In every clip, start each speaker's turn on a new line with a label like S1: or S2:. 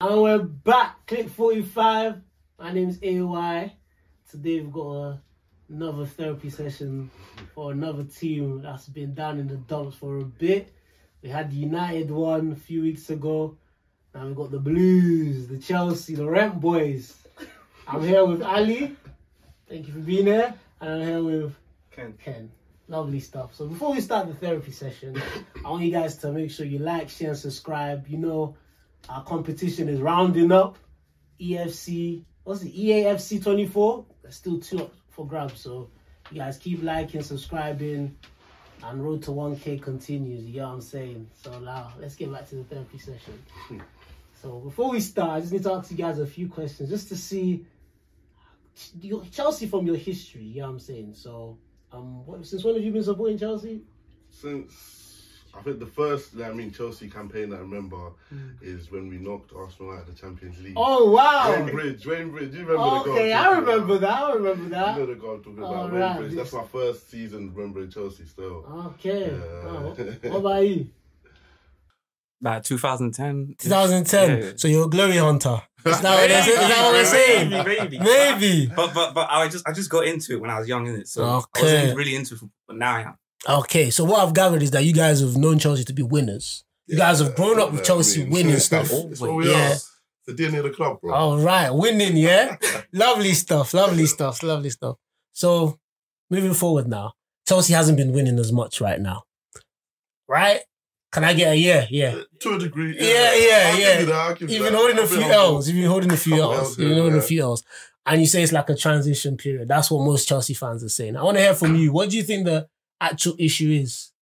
S1: We're back, Click 45. My name's AY. Today we've got a, another therapy session for another team that's been down in the dumps for a bit. We had the United one a few weeks ago. Now we've got the Blues, the Chelsea, the Rent Boys. I'm here with Ali. Thank you for being here. And I'm here with
S2: Ken.
S1: Ken. Lovely stuff. So before we start the therapy session, I want you guys to make sure you like, share, and subscribe. You know, our competition is rounding up. EFC, what's it? E EAFC 24. There's still two up for grabs. So you guys keep liking, subscribing, and road to 1K continues. You know what I'm saying? So now let's get back to the therapy session. so before we start, I just need to ask you guys a few questions just to see your- Chelsea from your history. You know what I'm saying? So. Um, what, since when have you been supporting Chelsea?
S2: Since I think the first, like, I mean, Chelsea campaign I remember is when we knocked Arsenal out of the Champions League.
S1: Hmm. Oh
S2: Wayne
S1: wow!
S2: Bridge, Wayne Bridge, you remember the goal?
S1: okay,
S2: I'm
S1: I
S2: talking
S1: remember
S2: about?
S1: that. I remember
S2: You know
S1: that.
S2: the goal I'm talking
S1: All
S2: about,
S1: right,
S2: Wayne Bridge. That's
S1: this-
S2: my first season remembering Chelsea still.
S1: Okay.
S2: Yeah.
S1: Oh, what about you?
S3: About 2010.
S4: 2010.
S3: Yeah.
S4: So you're a glory hunter. Is that what, they're, saying? Is that what they're saying?
S3: Maybe, maybe.
S4: Maybe.
S3: But but but I just I just got into it when I was young, innit? So I
S4: Okay.
S3: wasn't really into football, but now I am.
S4: Okay, so what I've gathered is that you guys have known Chelsea to be winners. You guys have grown up with
S2: Yeah,
S4: Chelsea
S2: I mean,
S4: winning stuff.
S2: That's what we
S4: Yeah. Oh.
S2: are. The DNA of the club, bro.
S4: All right, winning, yeah? lovely stuff, lovely stuff, lovely stuff. So moving forward now, Chelsea hasn't been winning as much right now. Right? Can I get a yeah? Yeah.
S2: To a degree.
S4: Yeah, yeah,
S2: I'll
S4: yeah.
S2: Give you that, I'll give you
S4: You've been
S2: that.
S4: holding a
S2: I've been
S4: few
S2: humble.
S4: L's. You've been holding a few
S2: Couple
S4: L's.
S2: Ls,
S4: You've been holding a
S2: yeah.
S4: few L's. And you say it's like a transition period. That's what most Chelsea fans are saying. I want to hear from you. What do you think the actual issue is?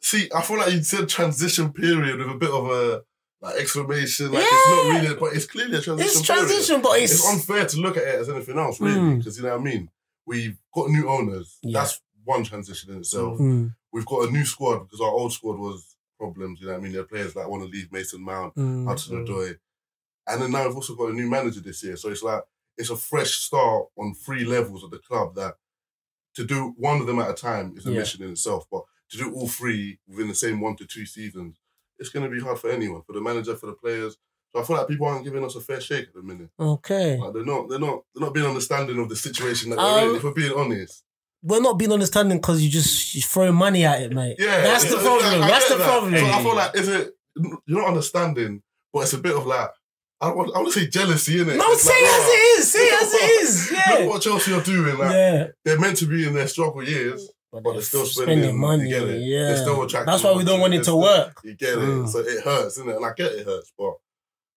S2: See, I feel like you said transition period with a bit of a like exclamation. Like it's not really, but it's clearly a transition.
S4: It's
S2: Period.
S4: transition, but it's,
S2: it's unfair to look at it as anything else, really,
S4: Mm.
S2: because you know what I mean. We've got new owners.
S4: Yeah.
S2: That's one transition in itself.
S4: Mm,
S2: We've got a new squad because our old squad was problems. You know what I mean. There are players that want to leave Mason Mount,
S4: mm,
S2: Hudson
S4: mm.
S2: Odoi, and then now we've also got a new manager this year. So it's like it's a fresh start on three levels of the club. That to do one of them at a time is a
S4: Yeah.
S2: mission in itself, but to do all three within the same one to two seasons, it's going to be hard for anyone, for the manager, for the players. So I feel like people aren't giving us a fair shake at the minute.
S4: Okay.
S2: Like they're not, they're not, they're not being understanding of the situation that
S4: Um,
S2: they're in. If we're being honest,
S4: We're not being understanding because you just you're throwing money at it, mate.
S2: yeah,
S4: That's
S2: yeah,
S4: the problem.
S2: I- I
S4: That's
S2: get
S4: the
S2: that.
S4: problem.
S2: So I feel like is it you're not understanding, but it's a bit of like I don't want, I want to say jealousy in it.
S4: no, say as it is. Say as it is.
S2: oh, Look
S4: Yeah.
S2: what Chelsea are doing. Like
S4: Yeah.
S2: they're meant to be in their struggle years, but they're still spending, You get it?
S4: Yeah.
S2: They're still attracting.
S4: That's why we don't want it to
S2: they're still-
S4: work.
S2: You get it.
S4: Mm.
S2: So it hurts, isn't it? And I get it hurts, but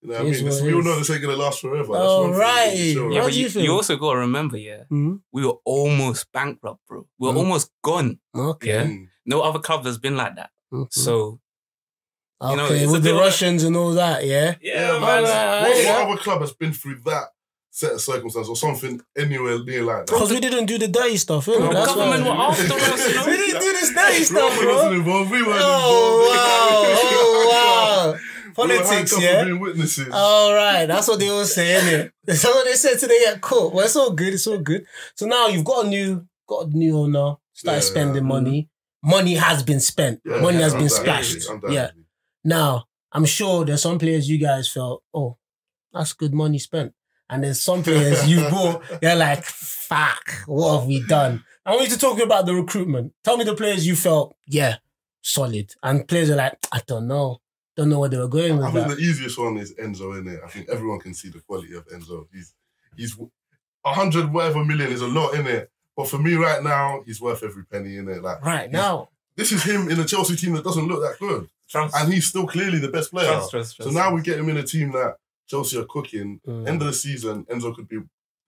S2: you know what I
S4: It is
S2: mean. This,
S4: what it
S2: we all
S4: is.
S2: know this ain't gonna last forever. That's
S4: All
S2: one thing,
S4: right.
S2: for sure.
S4: Yeah,
S3: Yeah,
S4: How
S3: but
S4: do you
S3: you,
S4: feel?
S3: you also got to remember, yeah,
S4: Mm.
S3: we were almost bankrupt, bro. We were
S4: Mm.
S3: almost gone.
S4: Okay.
S3: Yeah.
S2: Mm.
S3: No other club has been like that.
S4: Mhm.
S3: So
S4: Okay,
S3: You know, it's a
S4: with
S3: bit
S4: the
S3: like-
S4: Russians and all that, yeah.
S2: Yeah,
S4: man.
S2: man. what,
S4: Yeah.
S2: what other club has been through that set of circumstances or something anywhere near like that?
S4: Because we didn't do the dirty stuff,
S3: the
S4: innit? That's
S3: government
S4: why.
S3: were after us. you know?
S4: we didn't do this dirty stuff,
S2: Robert
S4: bro.
S2: wasn't involved. We weren't
S4: Oh wow!
S2: involved.
S4: Oh wow!
S2: We were
S4: Politics,
S2: handcuffed for
S4: yeah. Uh,
S2: being witnesses.
S4: All right, that's what they all say, innit? That's what they said today at court. Well, it's all good. It's all good. So now you've got a new, got a new owner. Started
S2: Yeah.
S4: spending money. Money has been spent.
S2: Yeah,
S4: money has
S2: yeah,
S4: been
S2: undoubtedly,
S4: splashed.
S2: undoubtedly.
S4: Yeah. Now, I'm sure there's some players you guys felt, oh, that's good money spent. And there's some players you bought, they're like, fuck, what have we done? I want you to talk about the recruitment. Tell me the players you felt, yeah, solid. And players are like, I don't know. Don't know where they were going
S2: I
S4: with
S2: think
S4: that.
S2: the easiest one is Enzo, in it? I think everyone can see the quality of Enzo. He's he's a hundred whatever million is a lot, in it. But for me right now, he's worth every penny, in it. Like
S4: Right now.
S2: this is him in a Chelsea team that doesn't look that good,
S3: Trust,
S2: and he's still clearly the best player.
S3: trust, trust,
S2: So
S3: trust.
S2: now we get him in a team that Chelsea are cooking. End
S4: Mm.
S2: of the season, Enzo could be,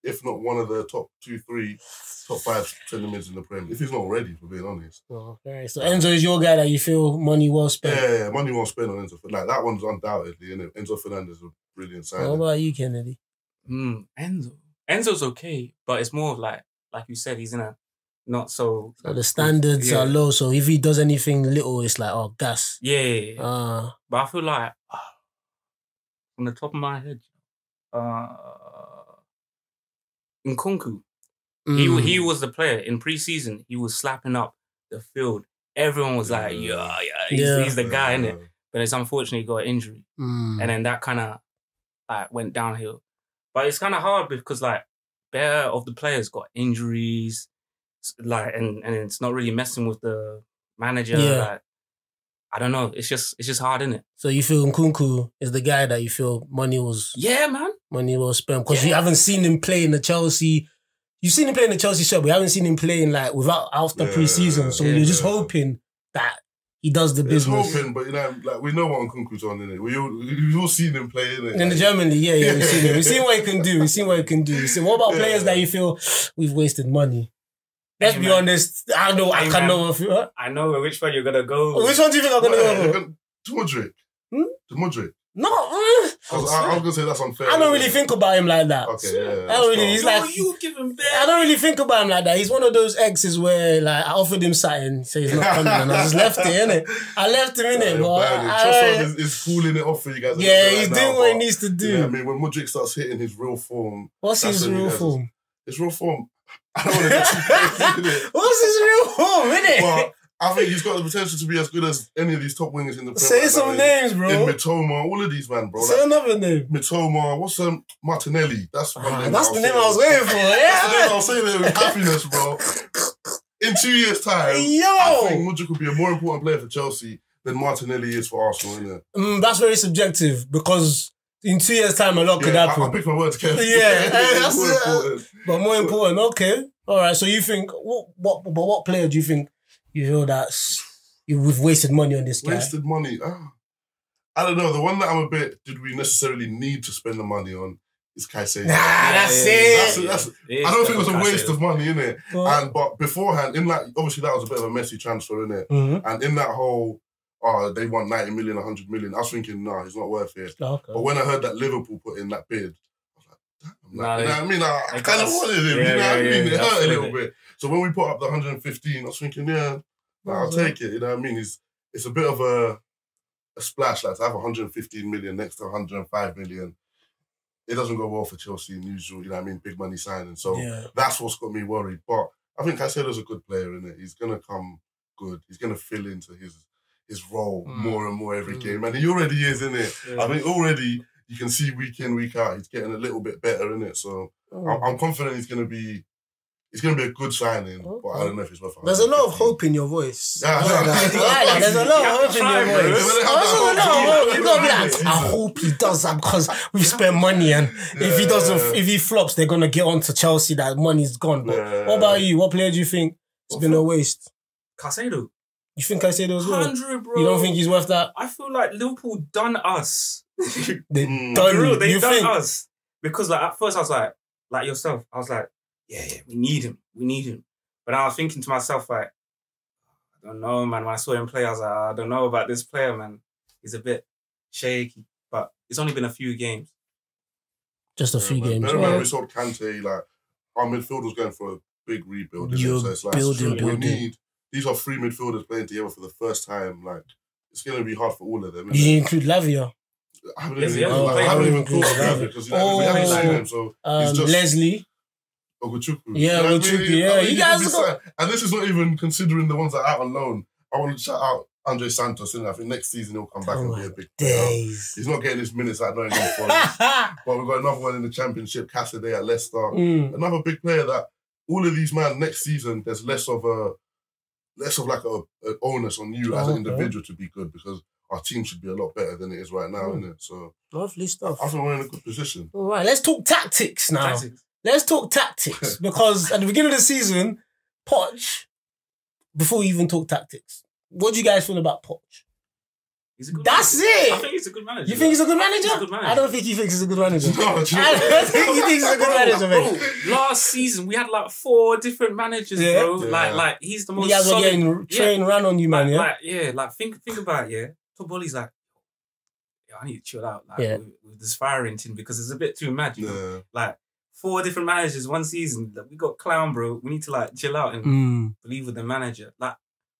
S2: if not one of the top two, three, top five centre mids in the Prem. If he's not already, for being honest.
S4: Okay, so Enzo is your guy that you feel money well
S2: Yeah,
S4: spent.
S2: yeah, yeah, money won't spend on Enzo. Fer- Like that one's undoubtedly, innit? Enzo Fernandez is a brilliant
S4: What
S2: signing.
S4: about you, Kennedy?
S3: Hmm, Enzo. Enzo's okay, but it's more of like like you said, he's in a not so.
S4: So the standards
S3: Yeah.
S4: are low. So if he does anything little, it's like, oh, gas.
S3: Yeah, yeah, yeah.
S4: Uh,
S3: But I feel like ah, from the top of my head, uh, Nkunku,
S4: mm,
S3: he he was the player in preseason. He was slapping up the field. Everyone was like,
S2: Yeah.
S3: yeah, Hmm. yeah, Hmm. he's,
S4: Yeah.
S3: he's the guy in it.
S2: Yeah.
S3: But it's unfortunately got an injury,
S4: Mm.
S3: and then that kind of like went downhill. But it's kind of hard because like bare of the players got injuries, s- like and and it's not really messing with the manager.
S4: Yeah.
S3: Like, I don't know. It's just it's just hard, isn't it?
S4: So you feel Nkunku is the guy that you feel money was
S3: Yeah, man.
S4: money well spent because you
S3: Yeah.
S4: haven't seen him play in the Chelsea. You've seen him play in the Chelsea shirt, but you haven't seen him playing like without after
S2: Yeah,
S4: preseason. So you're just
S2: yeah.
S4: hoping that he does the
S2: It's
S4: business.
S2: hoping, but you know, like we know what Nkunku's on in it. We all we've all seen him play in it.
S4: In the Germany, yeah, yeah, we've seen it. We've seen what he can do. We've seen what he can do. We've seen- what about players that you feel we've wasted money? Let's
S3: Hey,
S4: be
S3: man.
S4: honest. I know I
S3: Hey,
S4: can
S3: man.
S4: know a few. Huh?
S3: I know which one you're gonna
S2: Oh,
S3: go.
S4: Which one do you think I'm gonna go? for?
S2: to Modric.
S4: Hmm?
S2: To Modric.
S4: No, mm,
S2: I was, I, I was gonna say that's unfair.
S4: I don't really think about him like that.
S2: Okay, yeah.
S4: I don't really.
S2: that's
S4: He's
S2: calm.
S4: like
S3: you giving
S4: I
S3: bare.
S4: don't really think about him like that. He's one of those exes where like I offered him something, he said he's not coming, and I just left it in it. I left him in
S2: Yeah,
S4: it,
S2: you're
S4: but
S2: bad.
S4: I-
S2: Trossard is, is cooling it off for you guys. a little
S4: yeah,
S2: bit
S4: he's
S2: right
S4: doing
S2: now,
S4: what he
S2: but,
S4: needs to do.
S2: you know what I mean, when Modric starts hitting his real form,
S4: What's
S2: That's
S4: his
S2: what he
S4: real
S2: does.
S4: form?
S2: his real form. I don't want to get too crazy, innit?
S4: What's his real form, innit?
S2: but I think he's got the potential to be as good as any of these top wingers in the Premier
S4: Say
S2: right
S4: some
S2: now,
S4: names,
S2: in-
S4: bro.
S2: In Mitoma, all of these man, bro.
S4: Say
S2: Like,
S4: another name.
S2: Mitoma, what's um Martinelli? That's one
S4: Ah,
S2: name
S4: that's
S2: I'll
S4: the
S2: say.
S4: name I was waiting for.
S2: That's the name
S4: Yeah.
S2: I'll say there with happiness, bro. In two years' time, I think
S4: Yo,
S2: Mudrik will be a more important player for Chelsea than Martinelli is for Arsenal, innit?
S4: Mm, that's very subjective because in two years' time, a lot could
S2: Yeah, I, I
S4: happen.
S2: picked my words carefully.
S4: Yeah, that's-
S2: It's more important.
S4: But more important, okay, all right. So you think what? What? But what player do you think you feel that you, we've wasted money on this guy?
S2: Wasted money. Ah. I don't know. The one that I'm a bit, did we necessarily need to spend the money on is Kaisei.
S4: Nah,
S3: Ah,
S4: that's it.
S2: That's- that's- I don't think it was a waste of money, innit?
S4: Well,
S2: And but beforehand, in that obviously that was a bit of a messy transfer, innit?
S4: mhm.
S2: And in that whole, oh, they want 90 million, 100 million. I was thinking, nah, it's not worth it.
S4: Oh, Okay.
S2: But when I heard that Liverpool put in that bid, I was like, damn,
S3: Nah,
S2: like, you know what I mean? I, I
S3: they
S2: kind
S3: got
S2: of
S3: us.
S2: wanted him, you
S3: Yeah,
S2: know
S3: yeah,
S2: what I
S3: yeah,
S2: mean?
S3: yeah,
S2: it hurt a little
S3: absolutely.
S2: bit. So when we put up the 115, I was thinking, yeah, nah, I'll
S4: Okay.
S2: take it, you know what I mean? It's, it's a bit of a, a splash, like to have 115 million next to 105 million. It doesn't go well for Chelsea in usual, you know what I mean? Big money signing. So
S4: yeah.
S2: that's what's got me worried. But I think Caicedo's a good player in it. He's gonna come good. He's gonna fill into his his role
S4: Hmm.
S3: Mm.
S2: more and more every
S3: Mm.
S2: game, and he already is in it. I mean, already you can see week in week out he's getting a little bit better in it. So
S4: Hmm.
S2: I'm, I'm confident he's gonna be he's gonna be a good signing. But I don't know if it's worth.
S4: There's a lot of
S2: 150.
S4: hope in your voice.
S2: Yeah,
S4: I like that.
S2: yeah.
S4: I like that. There's a lot
S3: You have
S4: of hope
S3: to
S4: in
S3: try,
S4: your
S3: bro.
S4: voice.
S2: There's a lot of
S4: There's a
S2: hope.
S4: lot of hope. You gotta be like,
S2: Yeah.
S4: I hope he does that because we've spent money, and if he doesn't,
S2: Yeah.
S4: if he flops, they're gonna get on to Chelsea. That money's gone. But
S2: Yeah.
S4: what about you? What player do you think it's
S3: What
S4: been a waste?
S3: Casado.
S4: You think I said as well?
S3: Hundred, bro.
S4: You don't think he's worth that?
S3: I feel like Liverpool done us. For
S4: They
S2: Mm.
S4: done
S3: real,
S4: you.
S3: they
S4: you
S3: done
S4: think?
S3: us because like at first I was like, like yourself, I was like, yeah, yeah, we need him, we need him. But I was thinking to myself like, I don't know, man. When I saw him play, I was like, I don't know about this player, man. He's a bit shaky, but it's only been a few games.
S4: Just a few
S2: Yeah, man.
S4: games.
S2: Bear in mind
S4: Yeah.
S2: we sold Kante, like our midfield was going for a big rebuild. innit?
S4: You're
S2: so it's like
S4: building,
S2: we
S4: building.
S2: need these are three midfielders playing together for the first time. Like it's gonna be hard for all of them. innit?
S4: Did you include Lavia?
S2: I haven't
S3: Yes,
S2: even,
S3: he hasn't
S2: like, I
S3: played.
S2: haven't even
S4: Haven't
S2: thought
S4: played.
S2: about it because you know, we haven't
S4: Oh.
S2: seen him. So
S4: Um,
S2: just-
S4: Leslie.
S2: Oguchukwu,
S4: Yeah,
S2: You know what I mean?
S4: Oguchukwu,
S2: I
S4: yeah.
S2: mean,
S4: You
S2: he
S4: guys
S2: could
S4: got-
S2: be signed. and this is not even considering the ones that are out on loan. I want to shout out Andre Santos. innit? I think next season he'll come back
S4: Oh
S2: and
S4: my
S2: be a big player.
S4: Days.
S2: He's not getting his minutes at Nottingham Forest,
S4: Mm.
S2: but we've got another one in the Championship, Cassidy at Leicester. another big player that all of these man next season there's less of a less of like a an onus on you as an
S4: Okay.
S2: individual to be good because our team should be a lot better than it is right now,
S4: Mm.
S2: isn't it? So
S4: Lovely stuff.
S2: I think we're in a good position.
S4: All right, let's talk tactics now.
S3: Tactics.
S4: Let's talk tactics because at the beginning of the season, Poch, before we even talk tactics, what do you guys feel about Poch?
S3: He's a good
S4: That's
S3: manager.
S4: it!
S3: I think he's a good manager.
S4: You think he's a good manager?
S3: He's a good manager.
S4: I don't think he thinks he's a good manager.
S2: No, do you know what?
S4: I don't think he thinks he's a good manager,
S3: Bro,
S4: mate.
S3: last season we had like four different managers,
S4: Yeah.
S3: bro.
S2: Yeah.
S3: Like, like he's the most
S4: You guys are
S3: solid.
S4: getting train ran on you, man.
S3: like,
S4: Yeah.
S3: like, yeah, like think think about it, yeah. Toboli's like, yeah, I need to chill out, like
S4: Yeah.
S3: with, with this firing team because it's a bit too mad, you know.
S2: Yeah.
S3: Like four different managers one season. Like, we got clown, bro. We need to like chill out and
S4: Mm.
S3: believe with the manager. Like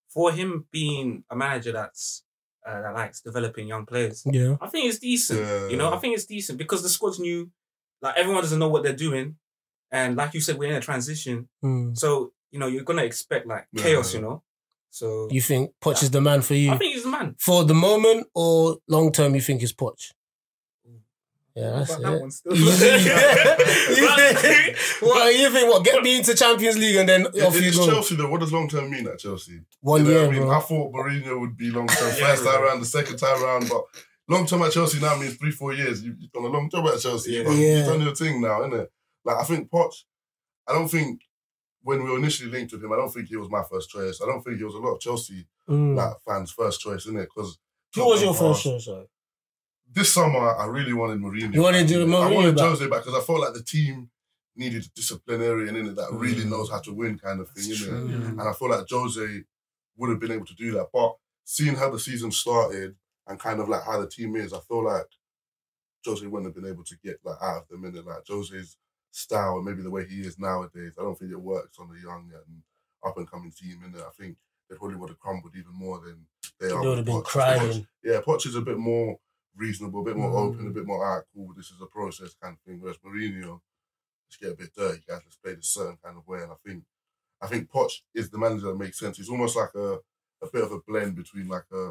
S3: for him being a manager that's uh, that likes developing young players,
S4: Yeah.
S3: I think it's decent. You know,
S2: Yeah.
S3: I think it's decent because the squad's new. Like everyone doesn't know what they're doing, and like you said, we're in a transition.
S4: Mm.
S3: So you know, you're gonna expect like
S2: Yeah.
S3: chaos. You know, so
S4: You think Poch is the man for you
S3: I think he's the man.
S4: for the moment or long term? You think is Poch? Yeah, that's
S3: But
S4: it.
S3: that one still.
S4: You think- you
S3: Right.
S4: think- well, you think what? Get me into Champions League and then
S2: It-
S4: off you
S2: it's
S4: go.
S2: Chelsea though. What does long term mean at Chelsea?
S4: One
S2: You know
S4: year,
S2: what I mean?
S4: bro.
S2: I thought Mourinho would be long term
S3: Yeah,
S2: first time
S3: bro.
S2: round, the second time round, but long term at Chelsea now means three, four years. You, you've done a long job at Chelsea.
S3: Yeah.
S2: You've, done,
S4: Yeah.
S2: you've done your thing now, innit? Like, I think Potch, I don't think when we were initially linked with him, I don't think he was my first choice. I don't think he was a lot of Chelsea
S4: Mm.
S2: like, fans' first choice, innit? Because
S4: Who was your first choice? sorry?
S2: This summer, I really wanted Mourinho.
S4: You wanted
S2: back,
S4: to-
S2: innit? I wanted
S4: Mourinho back.
S2: Jose back because I felt like the team needed a disciplinarian in it that really
S4: Mm.
S2: knows how to win, kind of thing,
S4: That's
S2: innit?
S4: true.
S3: Yeah.
S2: And I feel like Jose would have been able to do that. But seeing how the season started and kind of like how the team is, I feel like Jose wouldn't have been able to get like out of the minute. Like Jose's style and maybe the way he is nowadays, I don't think it works on the young and up and coming team. And I think they probably would have crumbled even more than they
S4: They
S2: are.
S4: would have
S2: with
S4: been
S2: Poch. Poch-
S4: crying.
S2: Yeah, Poch is a bit more reasonable, a bit more
S4: Mm.
S2: open, a bit more all right, cool. This is a process kind of thing. Whereas Mourinho, let's get a bit dirty, guys. Let's play this certain kind of way. And I think I think Poch is the manager that makes sense. He's almost like a, a bit of a blend between like a,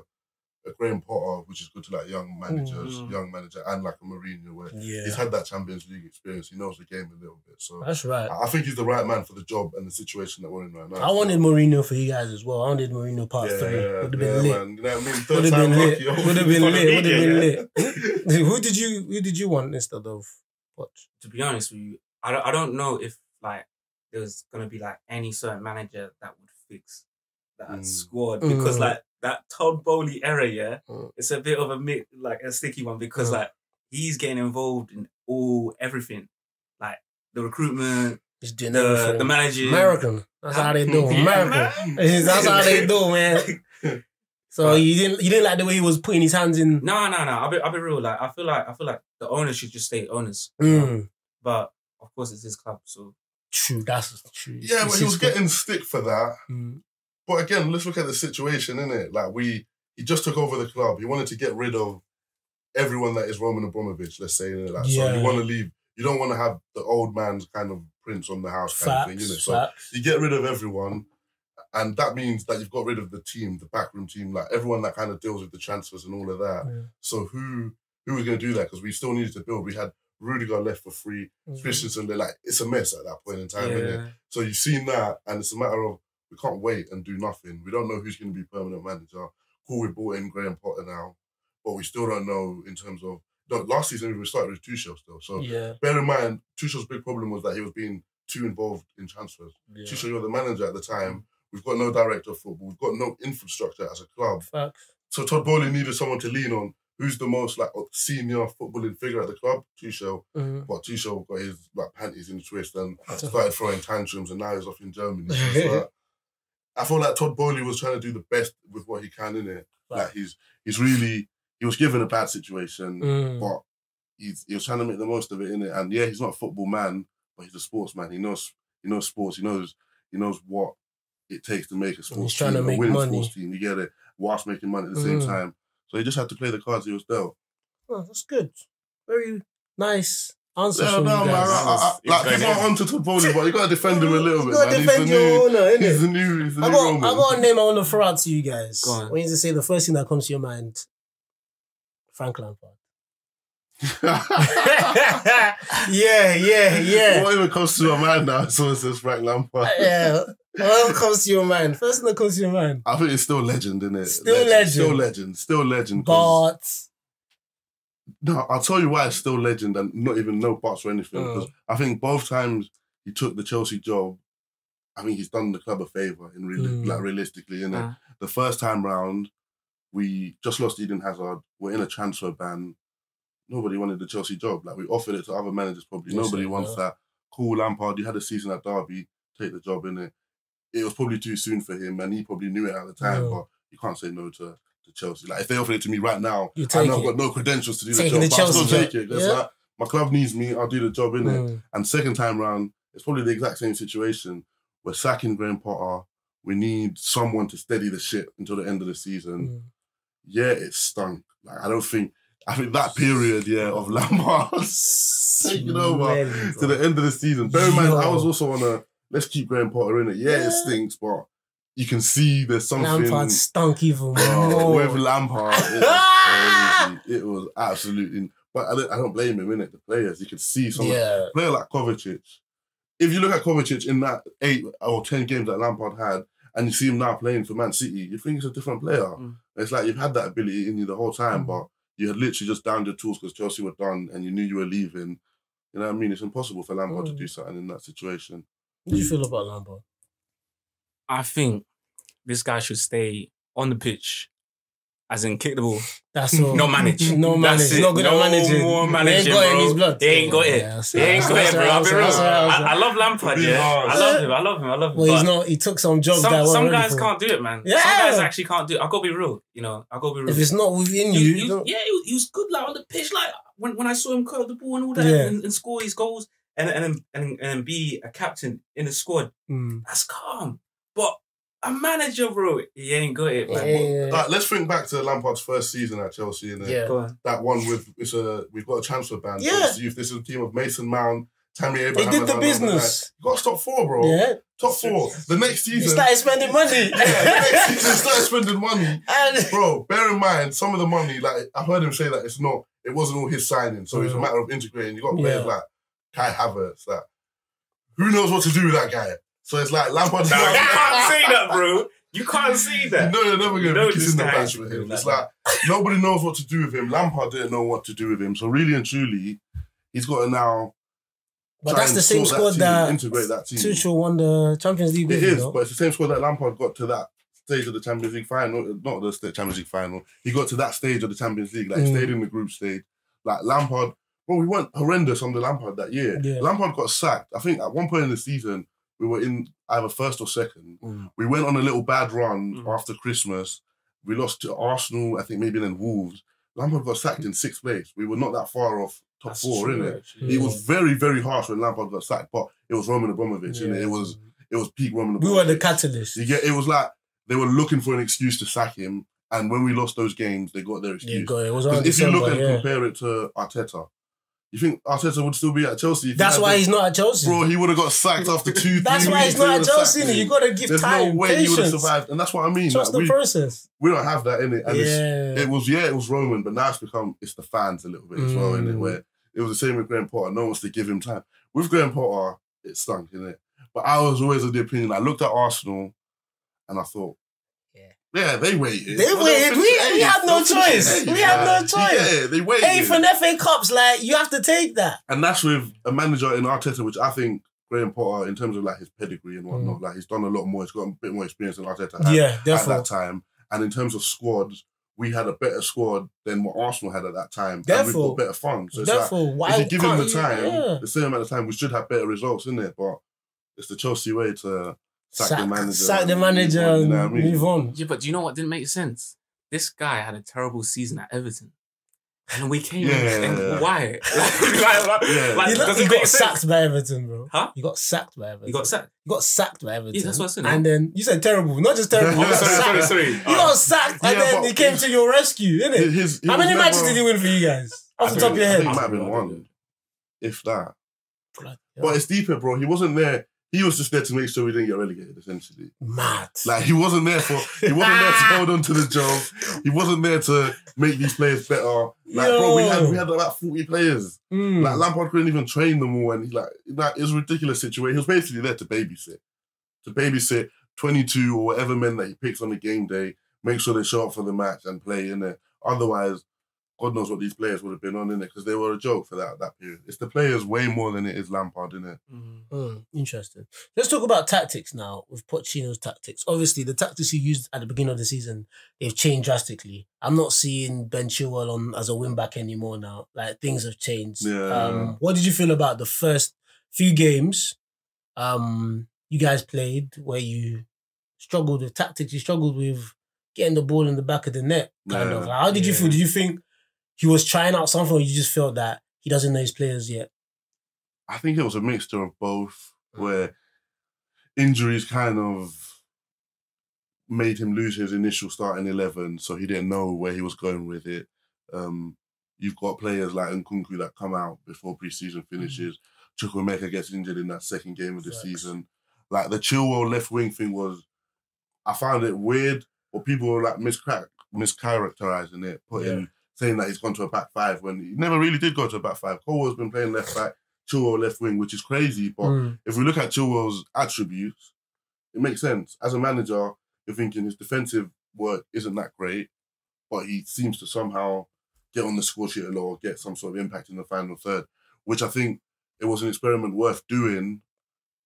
S2: a Graham Potter, which is good to like young managers,
S3: Mm.
S2: young manager, and like a Mourinho, where he's
S4: Yeah,
S2: had that Champions League experience. He knows the game a little bit. So
S4: that's right.
S2: I I think he's the right man for the job and the situation that we're in right now.
S4: I wanted Mourinho for you guys as well. I wanted Mourinho part
S2: yeah,
S4: three.
S2: Yeah,
S4: Would have been lit.
S2: man. You know what I mean? Third
S4: Would have
S2: time
S4: been lit.
S2: lucky, oh.
S4: Would have been
S3: On the
S4: lit. Would have been
S3: media,
S4: lit. Who did you? Who did you want instead of Poch?
S3: to be honest with you, I don't, I don't know if like there's gonna be like any certain manager that would fix that
S2: Mm.
S3: squad
S4: Mm.
S3: because like that Todd Bowley era, yeah,
S4: Mm.
S3: it's a bit of a mi- like a sticky one because
S4: Mm.
S3: like he's getting involved in all everything, like the recruitment,
S4: He's doing
S3: the
S4: everything.
S3: the managing,
S4: American. That's how they do.
S3: Yeah,
S4: American.
S3: man.
S4: That's how they do, man. So you didn't you didn't like the way he was putting his hands in.
S3: No, no, no. I'll be, I'll be real. Like I feel like I feel like the owners should just stay owners,
S4: Mm,
S3: but of course it's his club, so
S4: true. That's true.
S2: Yeah, but
S4: This
S2: he was
S4: is-
S2: getting stick for that.
S4: Mm,
S2: But again, let's look at the situation, innit? Like we he just took over the club. He wanted to get rid of everyone that is Roman Abramovich, let's say, innit? Like, so
S4: Yeah.
S2: you want to leave. You don't want to have the old man's kind of prints on the house kind of thing,
S4: Facts.
S2: innit? So
S4: facts.
S2: you get rid of everyone, and that means that you've got rid of the team, the backroom team, like everyone that kind of deals with the transfers and all of that.
S4: Yeah.
S2: So who who was going to do that? Because we still needed to build. We had Rudiger left for free,
S4: Mm.
S2: Christensen, like it's a mess at that point in time, innit?
S3: yeah.
S2: So you've seen that, and it's a matter of we can't wait and do nothing. We don't know who's going to be permanent manager. Cool, we brought in Graham Potter now, but we still don't know in terms of. No, last season we started with Tuchel still. So
S4: Yeah.
S2: bear in mind, Tuchel's big problem was that he was being too involved in transfers. Tuchel, you're the manager at the time. We've got no director of football. We've got no infrastructure as a club.
S4: Facts.
S2: So Todd Bowley needed someone to lean on. Who's the most like senior footballing figure at the club? Tuchel.
S4: Mm.
S2: But Tuchel got his like panties in a twist and started throwing tantrums, and now he's off in Germany. So it's like- I feel like Todd Bowley was trying to do the best with what he can in it. Like he's he's really he was given a bad situation,
S4: Mm.
S2: but he's he was trying to make the most of it in it. And yeah, he's not a football man, but he's a sportsman. He knows he knows sports. He knows he knows what it takes to make a sports
S4: trying to
S2: team,
S4: make
S2: a winning
S4: money.
S2: sports team. You get it whilst making money at the same
S4: Mm.
S2: time. So he just had to play the cards he was dealt.
S4: Oh, that's good. Very nice answer
S2: Yeah,
S4: from
S2: no,
S4: you
S2: man. I,
S4: guys. Mm,
S2: I, I, like,
S3: Exactly.
S2: people are onto Todd Bowley, but you got to defend him a little bit,
S4: Gotta
S2: man.
S4: defend
S2: he's the
S4: your
S2: new,
S4: owner, innit?
S2: he's the new, he's the
S4: I
S2: new
S4: got,
S2: Roman.
S4: I got a name I want to throw out to you guys.
S3: Go on.
S4: When you say the first thing that comes to your mind, Frank Lampard. yeah, yeah, yeah.
S2: Whatever comes to my mind now, someone says Frank Lampard.
S4: yeah. What comes to your mind? First thing that comes to your mind.
S2: I think it's still legend, isn't it?
S4: Still
S2: Still
S4: legend.
S2: legend. Still legend. 'cause-
S4: But
S2: No, I'll tell you why it's still legend and not even no parts or anything.
S4: Mm.
S2: Because I think both times he took the Chelsea job, I think he's done the club a favour in real,
S4: Mm.
S2: like realistically, innit?
S3: Ah.
S2: The first time round, we just lost Eden Hazard. We're in a transfer ban. Nobody wanted the Chelsea job. Like we offered it to other managers probably.
S4: Yes,
S2: Nobody
S4: yeah,
S2: wants
S4: yeah.
S2: that. Cool Lampard, you had a season at Derby, take the job in it. It was probably too soon for him and he probably knew it at the time,
S4: Yeah.
S2: but you can't say no to, to Chelsea. Like if they offered it to me right now,
S4: you
S2: I
S4: take
S2: know I've
S4: it.
S2: got no credentials to do
S4: Taking the
S2: the job, but I'll still
S4: Chelsea
S2: take
S4: job.
S2: it. That's
S4: Yeah.
S2: like, my club needs me, I'll do the job, innit?
S4: Mm.
S2: And second time round, it's probably the exact same situation. We're sacking Graham Potter. We need someone to steady the ship until the end of the season.
S4: Mm.
S2: Yeah, it stunk. Like I don't think I think that period, yeah, of Lampard taking over
S4: Smelly,
S2: to
S4: bro.
S2: the end of the season. Bear in mind, I was
S4: Yo.
S2: also on a let's keep Graham Potter in it. Yeah,
S4: Yeah.
S2: it stinks, but you can see there's something
S4: Lampard stunk even
S3: Oh,
S2: Bro,
S4: more.
S2: with Lampard, it was crazy. It was absolutely. But I don't, I don't blame him in it. The players, you could see some of
S4: yeah.
S2: player like Kovacic, if you look at Kovacic in that eight or ten games that Lampard had, and you see him now playing for Man City, you think he's a different player.
S3: Mm.
S2: It's like you've had that ability in you the whole
S4: Mm.
S2: time, but you had literally just downed your tools because Chelsea were done, and you knew you were leaving. You know what I mean? It's impossible for Lampard to
S4: Mm.
S2: do something in that situation.
S4: What do you feel about Lampard?
S3: I think this guy should stay on the pitch, as in kick the ball.
S4: That's all.
S3: No manage.
S4: Oh. No
S3: Mm, That's
S4: manage.
S3: it.
S4: Not good
S3: No
S4: at managing.
S3: more
S4: he ain't
S3: managing,
S4: got it in
S3: bro.
S4: his blood.
S3: He ain't got it.
S4: Yeah, that's-
S3: He ain't got
S4: that's
S3: it, bro.
S4: right,
S3: I'll be
S4: that's
S3: real.
S4: right, that's right, that's
S3: I, I
S4: right.
S3: love Lampard,
S2: Being
S3: yeah.
S2: hard.
S3: I love him. I love him. I love him.
S4: Well, he's
S3: but
S4: not. He took some jobs that
S3: some,
S4: were
S3: some
S4: ready
S3: guys
S4: for him.
S3: can't do it, man. Some
S4: Yeah.
S3: guys actually can't do it. I've got to be real, you know. I've got to be real.
S4: If it's not within you,
S3: He- he
S4: you
S3: was-
S4: don't-
S3: yeah, he was, he was good like on the pitch. Like when, when I saw him curl the ball and all that,
S4: Yeah.
S3: and, and score his goals, and and and and, and be a captain in the squad.
S4: Mm.
S3: That's calm, but a manager, bro, he ain't got it, man.
S4: yeah,
S2: Like, let's think back to Lampard's first season at Chelsea and
S4: yeah.
S3: Go on.
S2: that one with it's a we've got a transfer ban. for
S4: Yeah.
S2: this youth. This is a team of Mason Mount, Tammy
S4: They
S2: Abraham.
S4: did
S2: and
S4: the
S2: Ronaldo.
S4: business.
S2: You got to top four, bro.
S4: Yeah,
S2: Top four. The next
S4: he
S2: season.
S4: started spending money.
S2: yeah, the next season started spending money.
S4: And-
S2: bro. Bear in mind, some of the money, like I heard him say that it's not, it wasn't all his signing, so it's a
S4: Mm.
S2: matter of integrating. You got players
S4: Yeah.
S2: like Kai Havertz, that who knows what to do with that guy. So it's like Lampard.
S3: No, you can't see that, bro. You can't see that.
S2: No, they're never
S3: You
S2: going
S3: know
S2: to be
S3: this
S2: kissing the
S3: guy
S2: badge
S3: can
S2: with
S3: do
S2: him.
S3: that.
S2: It's like nobody knows what to do with him. Lampard didn't know what to do with him. So really and truly, he's got to now.
S4: But
S2: try
S4: that's
S2: and
S4: the same
S2: sort
S4: squad
S2: that team,
S4: that
S2: integrate that team.
S4: Tuchel won the Champions League with.
S2: It
S4: you
S2: is,
S4: know?
S2: but it's the same squad that Lampard got to that stage of the Champions League final. Not the sta- Champions League final. He got to that stage of the Champions League. Like he
S4: Mm.
S2: stayed in the group stage. Like Lampard, well, we went horrendous under Lampard that year.
S4: Yeah.
S2: Lampard got sacked. I think at one point in the season we were in either first or second.
S4: Mm.
S2: We went on a little bad run
S3: Mm.
S2: after Christmas. We lost to Arsenal. I think maybe then Wolves. Lampard got sacked in sixth place. We were not that far off top
S3: That's
S2: four,
S3: true,
S2: innit?
S3: actually.
S2: It was very, very harsh when Lampard got sacked, but it was Roman Abramovich,
S4: Yeah.
S2: innit? It was it was peak Roman
S4: We
S2: Abramovich.
S4: were the catalyst.
S2: You get it was like they were looking for an excuse to sack him, and when we lost those games, they got their
S4: You
S2: excuse.
S4: got it. It was
S2: 'Cause
S4: around
S2: if you look
S4: December,
S2: and
S4: yeah.
S2: compare it to Arteta, you think Arteta would still be at Chelsea? if he
S4: That's
S2: had
S4: why
S2: been-
S4: he's not at Chelsea.
S2: bro. He would have got sacked after two.
S4: that's
S2: three
S4: why he's
S2: weeks, they
S4: not
S2: would
S4: at
S2: have sacked
S4: Chelsea. innit?
S2: him.
S4: You gotta give
S2: There's
S4: time,
S2: no way he would have
S4: patience.
S2: survived, and that's what I mean.
S4: Trust
S2: like,
S4: the
S2: we,
S4: process.
S2: we don't have that in it, and it's,
S4: Yeah.
S2: it was yeah, it was Roman, but now it's become it's the fans a little bit as well, in it
S4: Mm.
S2: where it was the same with Graham Potter. No one's to give him time. With Graham Potter, it stunk, in it. But I was always of the opinion. I looked at Arsenal, and I thought,
S4: Yeah.
S2: yeah, they waited.
S4: They
S2: Well,
S4: waited.
S2: finished
S4: We- we
S2: eighth.
S4: had no
S2: They finished
S4: choice.
S2: eighth,
S4: We had no
S2: man.
S4: choice.
S2: Yeah, they waited,
S4: Hey, from FA Cups, like you have to take that.
S2: and that's with a manager in Arteta, which I think. Graham Potter, in terms of like his pedigree and whatnot, like he's done a lot more. He's got a bit more experience than Arteta. had
S4: Mm. Yeah,
S2: at
S4: therefore.
S2: that time. And in terms of squads, we had a better squad than what Arsenal had at that time. and we've
S4: Therefore-
S2: got better funds. So it's like,
S4: Therefore, why
S2: if you give him
S4: can't
S2: the time,
S4: Yeah.
S2: the same amount of time, we should have better results, in it? But it's the Chelsea way to sack, the manager.
S4: Sack the
S2: and move on,
S4: manager
S2: you
S4: and
S2: know what I mean?
S4: move on.
S3: Yeah, but do you know what didn't make sense? This guy had a terrible season at Everton. And we came
S2: Yeah.
S3: and why? like, like,
S2: Yeah.
S3: like,
S4: You, know,
S3: does
S4: you
S3: it
S4: got
S3: make sense?
S4: sacked by Everton, bro.
S3: Huh?
S4: You got sacked by Everton.
S3: You got sacked.
S4: You got sacked by Everton.
S3: Yeah, that's what I said.
S4: And then you said terrible, not just terrible.
S3: Oh,
S4: you got
S3: sorry,
S4: sacked.
S3: sorry, sorry.
S4: You got sacked, and
S2: Yeah,
S4: then
S2: but-
S4: he came to your rescue,
S2: His-
S4: innit?
S2: his- he
S4: How
S2: was
S4: many
S2: never-
S4: matches did he win for you guys?
S2: I
S4: Off the
S2: think-
S4: top of your
S2: I
S4: head.
S2: think it might have been one, if that. But it's deeper, bro. He wasn't there. He was just there to make sure we didn't get relegated, essentially.
S4: Mad.
S2: Like he wasn't there for he wasn't there to hold on to the job. He wasn't there to make these players better. Like bro, we had we had about forty players.
S4: Mm.
S2: Like Lampard couldn't even train them all, and he like that is a ridiculous situation. He was basically there to babysit, to babysit twenty two or whatever men that he picks on the game day. Make sure they show up for the match and play in it. Otherwise, God knows what these players would have been on in it because they were a joke for that that period. It's the players way more than it is Lampard in it.
S3: Mm.
S4: Mm, interesting. Let's talk about tactics now with Pochino's tactics. Obviously, the tactics he used at the beginning of the season they've changed drastically. I'm not seeing Ben Chilwell on as a wing back anymore now. Like things have changed.
S2: Yeah.
S4: Um, what did you feel about the first few games um, you guys played where you struggled with tactics? You struggled with getting the ball in the back of the net. Kind
S2: Yeah.
S4: of. Like, how did you
S3: Yeah.
S4: feel? Did you think he was trying out something, or you just felt that he doesn't know his players yet?
S2: I think it was a mixture of both, where injuries kind of made him lose his initial starting eleven, so he didn't know where he was going with it. Um, you've got players like Nkunku that come out before preseason finishes. Chukwemeka gets injured in that second game of the
S4: Facts.
S2: season. Like the Chilwell left wing thing was, I found it weird, or people were like miscra- mischaracterizing it, putting saying that he's gone to a back five when he never really did go to a back five. Colwell's been playing left back, Chilwell left wing, which is crazy. But
S4: Mm.
S2: if we look at Chilwell's attributes, it makes sense. As a manager, you're thinking his defensive work isn't that great, but he seems to somehow get on the score sheet a lot or get some sort of impact in the final third, which I think it was an experiment worth doing,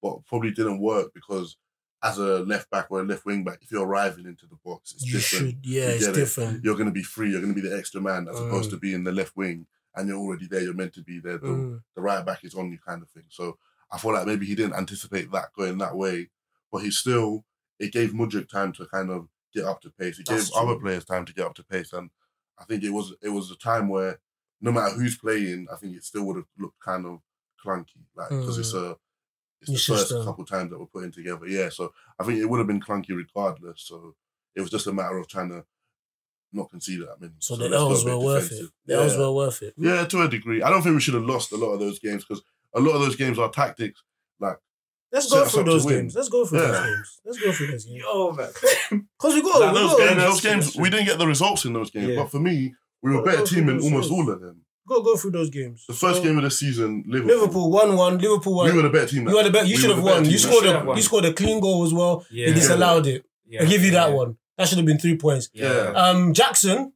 S2: but probably didn't work because as a left back or a left wing back, if you're arriving into the box, it's
S4: You
S2: different
S4: should, yeah,
S2: You
S4: it's
S2: get it.
S4: different.
S2: you're going to be free. You're going to be the extra man as opposed
S4: Mm.
S2: to being the left wing and you're already there. You're meant to be there. The,
S4: Mm.
S2: the right back is on you kind of thing. So I feel like maybe he didn't anticipate that going that way, but he still, it gave Mudrik time to kind of get up to pace. It
S4: That's
S2: gave other
S4: true.
S2: players time to get up to pace. And I think it was, it was a time where no matter who's playing, I think it still would have looked kind of clunky. Like, because it's a, it's the
S4: Mm. It's
S2: first
S4: just a-
S2: couple times that we're putting together. Yeah. So I think it would have been clunky regardless. So it was just a matter of trying to not concede that many.
S4: So the
S2: let's go a
S4: L's
S2: bit
S4: were worth it.
S2: defensive.
S4: The
S2: yeah.
S4: L's were worth it.
S2: yeah, to a degree. I don't think we should have lost a lot of those games because a lot of those games are tactics.
S4: Let's
S2: Set
S4: go
S2: us
S4: through
S2: up to
S4: those
S2: win.
S4: games. Let's go through those
S2: Yeah.
S4: games. Let's go through those games.
S3: Yo, man.
S4: Because we got,
S3: Nah,
S4: we
S3: those
S4: got,
S3: games-
S2: And those
S3: that's true,
S2: games,
S3: that's
S2: we didn't get the results in those games.
S3: Yeah.
S2: But for me, we were a
S4: Well,
S2: better
S4: those
S2: team in
S4: games,
S2: almost
S4: yes.
S2: all of them.
S4: go go through those games.
S2: The first
S4: So,
S2: game of the season, Liverpool.
S4: Liverpool one one. Liverpool
S2: We
S4: won.
S2: were the better team.
S4: you were the bet.
S2: we
S4: You should
S2: were
S4: have
S2: the better
S4: won. You
S2: team
S3: that
S4: scored
S3: should
S4: a
S3: have won.
S4: you scored a clean goal as well.
S3: Yeah.
S4: They disallowed it.
S3: Yeah.
S4: I give you that
S3: yeah.
S4: one. That should have been three points.
S2: Yeah.
S4: Um, Jackson.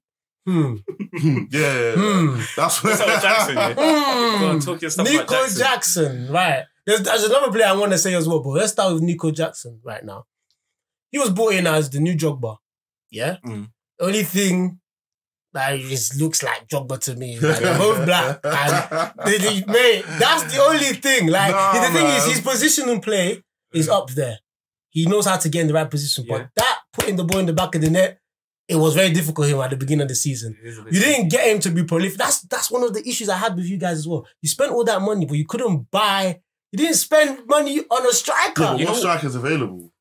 S4: Hmm.
S2: yeah, yeah, yeah.
S4: Hmm.
S2: That's
S3: That's how Jackson, yeah.
S4: Hmm.
S3: Go on, talk your stuff about
S4: Nico
S3: Jackson.
S4: Jackson. right? There's, there's another player I want to say as well, but let's start with Nico Jackson right now. He was brought in as the new Jogba. Yeah.
S3: Mm.
S4: The only thing that just looks like Jogba to me is that they're both black. And they, they, mate, that's the only thing. Like
S2: Nah,
S4: the thing is,
S2: man.
S4: his position and play is up there. He knows how to get in the right position,
S3: Yeah.
S4: but that putting the ball in the back of the net, it was very difficult for him at the beginning of the season.
S3: It is a bit
S4: You didn't get him to be prolific. That's that's one of the issues I had with you guys as well. You spent all that money, but you couldn't buy. You didn't spend money on a striker.
S2: Yeah, but
S4: you,
S2: what
S4: know,
S2: strikers available?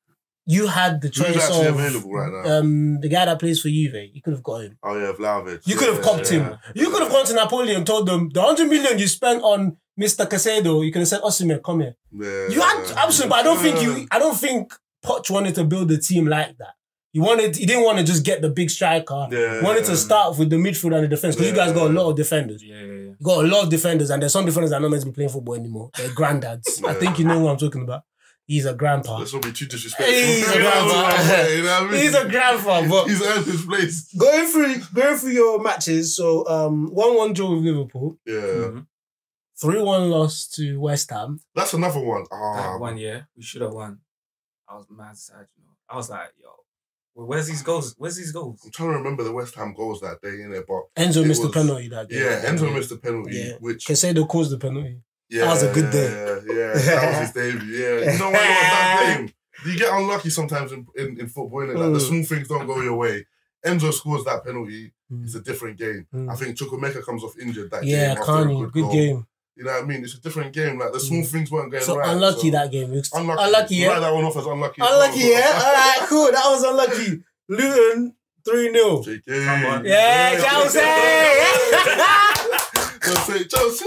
S4: you had the
S2: Who's
S4: choice
S2: actually
S4: of
S2: available right now?
S4: um, the guy that plays for Juve. You could have got him.
S2: Oh yeah, Vlahovic.
S4: You could have copped him. You could have gone to Napoli and told them the hundred million you spent on Mr. Casedo. You could have said, "Osimhen, come here."
S2: Yeah.
S4: You had absolutely, but I don't think you. I don't think Poch wanted to build a team like that. He wanted. He didn't want to just get the big striker.
S2: Yeah.
S4: He wanted to start with the midfield and the defense because you guys got a lot of defenders.
S3: Yeah, yeah, yeah.
S4: You got a lot of defenders, and there's some defenders that are not meant to be playing football anymore. They're granddads. I think you know who I'm talking about. He's a grandpa.
S2: Let's not be too disrespectful.
S4: He's a
S2: You know what I'm
S4: grandpa.
S2: saying? You know what I mean?
S4: He's a grandpa, but
S2: He's earned his place.
S4: going through going through your matches. So um, one one draw with Liverpool,
S2: Yeah.
S3: Mhm.
S4: three one loss to West Ham.
S2: That's another one. Ah,
S3: That one, yeah. We should have won. I was mad sad, you know. I was like, yo, well, where's these goals? Where's these goals?
S2: I'm trying to remember the West Ham goals that day, innit? But
S4: Enzo
S2: It
S4: missed the
S2: was-
S4: penalty that day.
S2: yeah, Enzo missed the penalty,
S4: Yeah.
S2: which
S4: Casedo caused the penalty.
S2: yeah,
S4: was a good day.
S2: Yeah, yeah, that was his debut. Yeah, you know what? You know what that game. You get unlucky sometimes in, in, in football, innit? Like the
S4: Mm.
S2: small things don't go your way. Enzo scores that penalty. It's
S4: Mm.
S2: a different game.
S4: Mm.
S2: I think Chukwemeka comes off injured that
S4: Yeah,
S2: game. after a
S4: Carney, good
S2: goal.
S4: game.
S2: You know what I mean? It's a different game. Like the small
S4: Mm.
S2: things weren't going
S4: So
S2: right.
S4: unlucky
S2: so-
S4: that game. It's
S2: Unlucky.
S4: unlucky, yeah.
S2: Write that one off as unlucky.
S4: Unlucky, yeah. All right, cool. That was unlucky. Luton three 0
S2: JK.
S3: Someone-
S4: Yeah, Chelsea.
S2: Chelsea. Chelsea.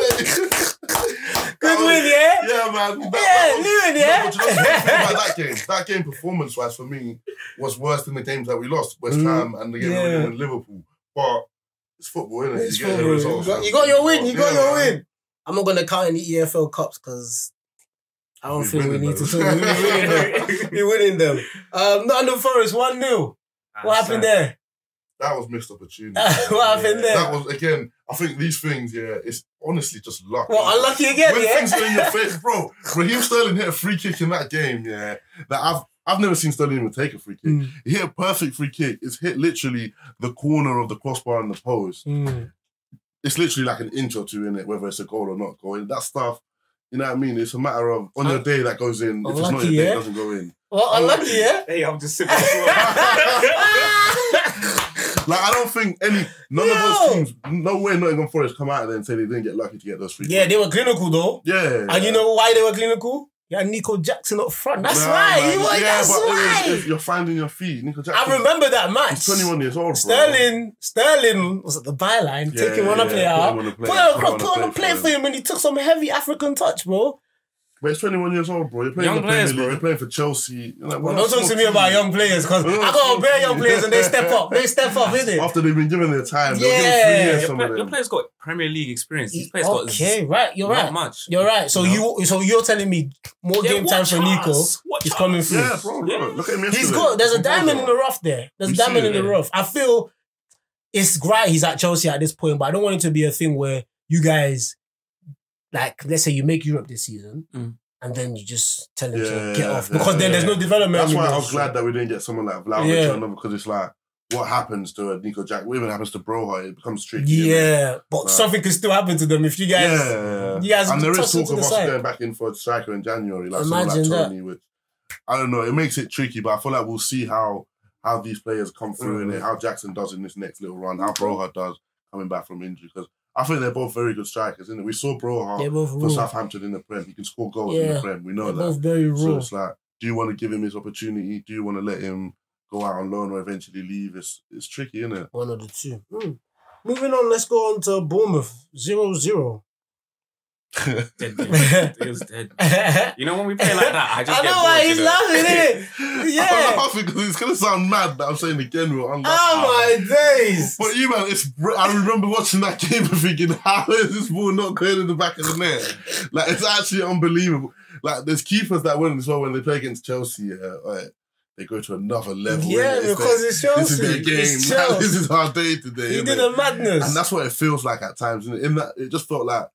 S4: good win, yeah.
S2: Oh, Yeah, man. That,
S4: Yeah,
S2: that was-
S4: Luton,
S2: No, but you know what's the thing
S4: yeah.
S2: about that game? That game, performance wise, for me, was worse than the games that we lost West
S4: Mm.
S2: Ham and the game
S4: Yeah.
S2: we won in Liverpool. But it's football, innit?
S4: It's
S2: you get
S4: football.
S2: your results.
S4: You got-
S2: man.
S4: you got your win. You got
S2: Yeah,
S4: your
S2: man.
S4: win. I'm not gonna count any EFL cups because I don't
S2: We're
S4: think we
S2: winning
S4: need to
S2: those.
S4: talk. We're winning them. We're winning them. Um, Nottingham Forest one 0 What happened there?
S2: That was missed opportunity.
S4: what happened there?
S2: That was again. I think these things, yeah, it's honestly just luck.
S4: well, unlucky again,
S2: when
S4: yeah.
S2: things are in your face, bro. Raheem Sterling hit a free kick in that game, yeah. That I've I've never seen Sterling even take a free kick.
S4: Mm.
S2: He hit a perfect free kick. It's hit literally the corner of the crossbar and the post.
S4: Mm.
S2: It's literally like an inch or two in it, whether it's a goal or not going. That stuff, you know what I mean? It's a matter of on your day that goes in. If it's not your
S4: Unlucky,
S2: day,
S4: yeah?
S2: it doesn't go in.
S4: Well, unlucky, yeah.
S3: Hey, I'm just sitting on the floor.
S2: Like I don't think any none
S4: No.
S2: of those teams, no way Nottingham Forest come out of there and say they didn't get lucky to get those free
S4: yeah,
S2: kicks.
S4: they were clinical though.
S2: Yeah.
S4: And you know why they were clinical? Yeah, Nico Jackson up front. That's
S2: Nah,
S4: why.
S2: man.
S4: He was, that's
S2: but
S4: why.
S2: it was- you're finding your feet. Nico Jackson.
S4: I remember that match.
S2: He's 21 years old. bro.
S4: Sterling, Sterling was at the byline,
S2: Yeah,
S4: taking one
S2: yeah,
S4: up player
S2: yeah.
S4: out.
S2: Put him on the play.
S4: Put him across, put him on the play
S2: play
S4: for him, and he took some heavy African touch, bro.
S2: But he's 21 years old, bro. You're playing
S3: Young
S2: in the Premier
S3: players,
S2: League.
S3: bro.
S2: You're playing for Chelsea. You're like,
S4: Well,
S2: what
S4: don't
S2: else
S4: talk to
S2: more
S4: me
S2: can
S4: about
S2: you-
S4: young players because I
S2: Yeah,
S4: got a bare young
S2: absolutely.
S4: players and they step up. They step up, isn't it?
S2: After they've been given their time, they'll
S4: Yeah,
S2: give
S3: Your,
S2: three years some
S3: pla-
S2: of
S3: your
S2: them.
S3: player's got Premier League experience. These players got
S4: Okay, right. You're
S3: not
S4: right.
S3: much.
S4: You're right. So
S2: No.
S4: you so you're telling me more
S3: Yeah,
S4: game time
S3: watch
S4: for Nico
S3: us. Watch
S4: is coming
S3: us.
S4: through.
S2: yeah, bro, bro. Look at him yesterday.
S4: He's good. There's a diamond in the rough there. There's a
S2: We
S4: diamond
S2: see
S4: in
S2: it,
S4: the
S2: yeah.
S4: rough. I feel it's great he's at Chelsea at this point, but I don't want it to be a thing where you guys, like, let's say you make Europe this season
S3: Mm.
S4: and then you just tell him to
S2: Yeah,
S4: get off
S2: yeah,
S4: because then there's no
S2: yeah.
S4: development.
S2: That's why I
S4: windows.
S2: was glad that we didn't get someone like Vlahovic
S4: Yeah.
S2: or another because it's like, what happens to a Nico Jack? What even happens to Broha? It becomes tricky. innit?
S4: Yeah, but
S2: Nah.
S4: something could still happen to them if you guys.
S2: yeah,
S4: you guys
S2: and there
S4: toss
S2: is
S4: it
S2: talk
S4: to
S2: of
S4: the
S2: us
S4: side.
S2: going back in for a striker in January, like
S4: Imagine
S2: someone
S4: that.
S2: like Tony, which I don't know. It makes it tricky, but I feel like we'll see how how these players come through and
S3: Mm.
S2: how Jackson does in this next little run, how Broha does coming back from injury because I think they're both very good strikers, is We saw
S4: They're
S2: Broha
S4: both
S2: for
S4: raw.
S2: Southampton in the Prem. He can score goals in
S4: Yeah.
S2: the Prem. We know
S4: They're
S2: that.
S4: both very
S2: So
S4: raw.
S2: it's like, do you want to give him his opportunity? Do you want to let him go out on loan or eventually leave? It's it's tricky, isn't it?
S4: One of the two. Hmm. Moving on, let's go on to Bournemouth 0 0.
S3: dead. dude. It was dead.
S4: I
S3: You know when we play like that, I just
S4: know
S3: get bored,
S4: why he's
S3: you know?
S4: laughing, innit? Yeah.
S2: I'm laughing because it's gonna sound mad that I'm "Ah, saying again we're unlucky.
S4: Oh my days!
S2: But you man, it's I remember watching that game and thinking, how is this ball not going in the back of the net? Like it's actually unbelievable. Like there's keepers that win as well when they play against Chelsea. Yeah, like, they go to another level.
S4: Yeah,
S2: innit? It's
S4: because
S2: their-
S4: it's Chelsea.
S2: this is their game.
S4: It's
S2: Like,
S4: Chelsea.
S2: this is our day today.
S4: He
S2: innit?
S4: did a madness.
S2: And that's what it feels like at times. innit? In that, it just felt like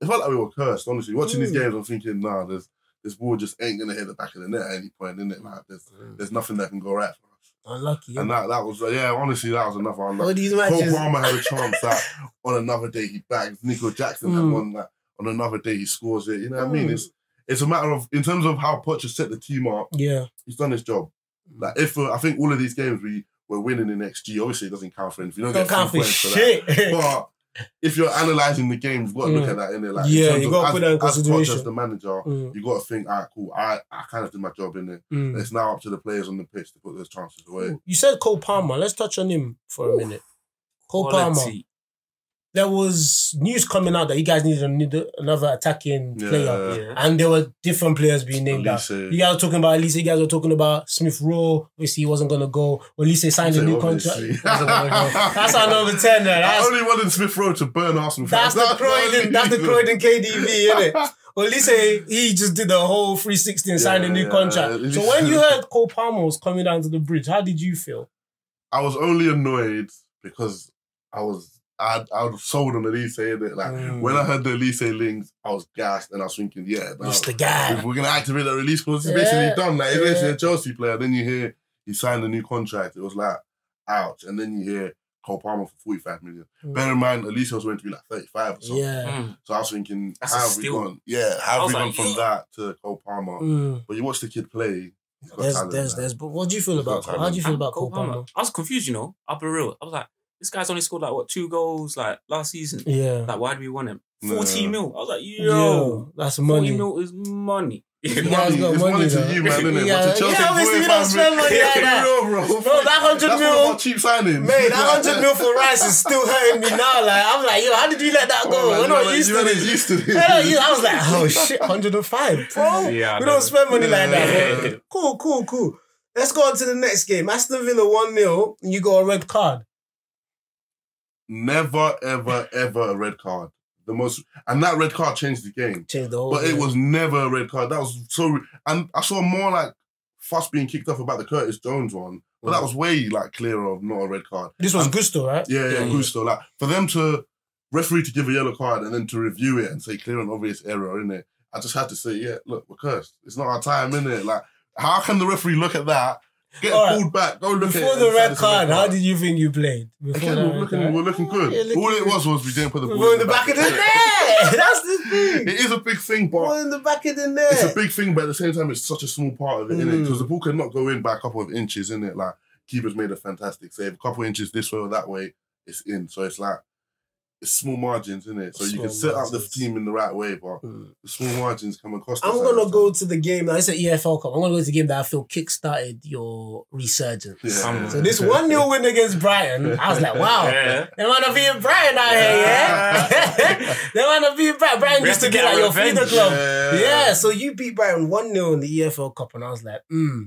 S2: it felt like we were cursed. Honestly, watching these
S4: Mm.
S2: games, I'm thinking, nah, this this ball just ain't gonna hit the back of the net at any point, innit? Like there's there's nothing that can go right for us.
S4: Unlucky.
S2: And that that was yeah, honestly, that was another unlucky.
S4: All these
S2: Cole
S4: matches.
S2: Palmer had a chance that on another day he bags. Nico Jackson had
S4: Mm.
S2: one that on another day he scores it. You know what I mean?
S4: Mm.
S2: It's it's a matter of in terms of how Poch has set the team up.
S4: Yeah.
S2: He's done his job. Like if uh, I think all of these games we were winning in XG, obviously it doesn't count for anything. You don't,
S4: Don't
S2: get
S4: count
S2: three
S4: for
S2: points for that.
S4: shit.
S2: But if you're analysing the game, you've got to
S4: Mm.
S2: look at that in there. Like,
S4: Yeah,
S2: in terms
S4: you
S2: of
S4: gotta
S2: as-
S4: put that in
S2: as Poch
S4: consideration.
S2: As the manager,
S4: Mm,
S2: you got to think, all right, cool. I, I kind of did my job in there.
S4: mm.
S2: It's now up to the players on the pitch to put those chances away.
S4: You said Cole Palmer. Let's touch on him for a minute. Cole Palmer.
S3: Quality.
S4: There was news coming out that you guys needed an- another attacking
S2: Yeah.
S4: player.
S2: Yeah.
S3: Yeah.
S4: And there were different players being named out.
S2: Elise,
S4: You guys were talking about Elise, you guys were talking about Smith Rowe. Obviously, he wasn't going to go. When Elise signed a new contract,
S2: Obviously.
S4: he wasn't gonna go. that's our number 10 there.
S2: I
S4: That's,
S2: only wanted Smith Rowe to burn Arsenal.
S4: that's
S2: fans.
S4: the
S2: my
S4: Croydon,
S2: only
S4: that's the
S2: reason.
S4: Croydon KDV, isn't it? Well, Lise, he just did the whole 360 and signed a new
S2: Yeah,
S4: contract.
S2: yeah,
S4: so
S2: yeah.
S4: when you heard Cole Palmer was coming down to the bridge, how did you feel?
S2: I was only annoyed because I was I I was sold on Elise in it. Like
S4: Mm.
S2: when I heard the Elise links, I was gassed and I was thinking, yeah, now-
S4: Just the
S2: if
S4: guy.
S2: we're gonna activate that release clause, it's
S4: Yeah.
S2: basically done. Like it's
S4: Yeah.
S2: basically a Chelsea player. Then you hear he signed a new contract. It was like, ouch. And then you hear Cole Palmer for forty five million.
S4: Mm.
S2: Bear in mind, Elise was meant to be like thirty five or something.
S4: Yeah.
S3: Mm.
S2: So I was thinking,
S3: That's a
S2: how have we
S3: steal.
S2: gone? Yeah, how
S3: I
S2: have
S3: was
S2: we gone
S3: like,
S2: from
S3: yeah.
S2: that to Cole Palmer?
S4: Mm.
S2: But you watch the kid play. He's got
S4: There's,
S2: talent,
S4: there's,
S2: man.
S4: there's. But what do you feel
S2: He's
S4: about?
S2: got talent.
S4: How do you feel about
S3: Cole
S4: Cole Palmer?
S3: I was confused, you know. I'll be real. I was like, this guy's only scored like what two goals like last season.
S4: Yeah.
S3: Like, why do we want him?
S2: Nah.
S3: 40 mil. I was like, yo,
S4: Yeah, that's
S3: 40
S4: money.
S3: mil is money. You
S4: Yeah,
S3: know?
S4: he's
S2: Money,
S4: got
S2: it's
S4: money,
S2: money,
S4: though.
S2: to you, man, innit?
S4: Yeah,
S2: but to Chelsea,
S4: yeah, obviously we don't
S2: 45
S4: spend money like
S2: Yeah,
S4: that.
S2: real, bro.
S4: Bro, that 100
S2: That's
S4: mil-
S2: one of our cheap signings.
S4: Man, that 100 mil for Rice is still hurting me now. Like, I'm like, yo, how did you let that
S2: Oh,
S4: go?
S2: man,
S4: We're
S2: you
S4: not
S2: ain't-
S4: used
S2: you
S4: to
S2: ain't
S4: this.
S2: used to this.
S4: We're not used- I was like, oh shit, 105, bro.
S3: Yeah, I
S4: we
S3: Oh, know.
S4: don't spend money like that.
S2: Yeah.
S4: Cool, cool, cool. Let's go on to the next game. Aston Villa 1 0, and you got a red card.
S2: Never, ever, ever a red card. The most, and that red card changed the game.
S4: Change the whole
S2: But it
S4: game.
S2: was never a red card. That was so. And I saw more like fuss being kicked off about the Curtis Jones one, but
S4: Mm.
S2: that was way like clearer of not a red card.
S4: This was Gusto, right?
S2: Yeah, yeah,
S3: Yeah.
S2: Gusto. Like for them to referee to give a yellow card and then to review it and say clear and obvious error in it. I just had to say, yeah, look, we're cursed. It's not our time, in it. Like, how can the referee look at that, get
S4: All right.
S2: pulled back, go look
S4: Before
S2: at it
S4: the
S2: and decide
S4: red
S2: it's a
S4: card, how did you think you played? Before
S2: Again,
S4: the
S2: we're
S4: red
S2: looking,
S4: card?
S2: we're looking good.
S4: Yeah, looking
S2: All it
S4: good.
S2: was was we didn't put the
S4: We
S2: ball
S4: were in the back of the net. That's the thing.
S2: It is a big thing,
S4: We
S2: but
S4: We're in the back of the
S2: it's a
S4: net.
S2: big thing, but at the same time, it's such a small part of it, innit?
S4: Mm.
S2: Because the ball cannot go in by a couple of inches, innit? Like, keeper's made a fantastic save. A couple of inches this way or that way, it's in. So it's like, it's small margins, isn't it? So you
S4: Small
S2: can set up the
S4: margins.
S2: team in the right way, but the small margins come across.
S4: I'm gonna go to the game. Like I said, EFL Cup. I'm gonna go to the game that I feel kickstarted your resurgence.
S3: Some-
S4: So this one 0 win against Brighton, I was like, wow,
S3: Yeah.
S4: they wanna be in Brighton out here, yeah.
S3: Yeah.
S4: they wanna be in Brighton. Brighton
S3: We
S4: used to
S3: have to
S4: be
S3: get
S4: like
S3: our
S4: your feeder
S3: revenge.
S4: club.
S2: Yeah.
S4: Yeah, so you beat Brighton 1 0 in the EFL Cup, and I was like, hmm,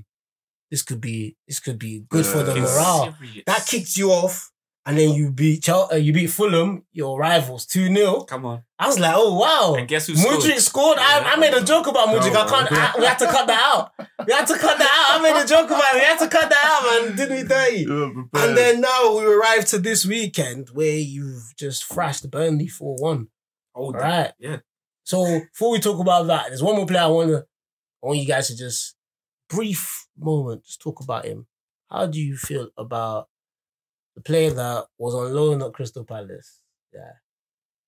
S4: this could be this could be good for the
S2: Yeah.
S4: morale. That kicked you off, and then you beat Chelsea, uh, you beat Fulham, your rivals, 2 0.
S3: Come on.
S4: I was like, oh wow.
S3: And guess who
S4: Mudrik
S3: scored?
S4: scored. I, I made a joke about Mudrik. I can't. I, we had to cut that out. We had to cut that out. I made a joke about it. We had to cut that out, man. Didn't we dirty?
S2: You were prepared.
S4: And then now we arrive to this weekend where you've just thrashed Burnley 4 1.
S3: Hold
S4: All
S3: Oh, that.
S4: right.
S3: Yeah.
S4: So before we talk about that, there's one more player I want to, I want you guys to just brief moment, just talk about him. How do you feel about the player that was on loan at Crystal Palace? Yeah.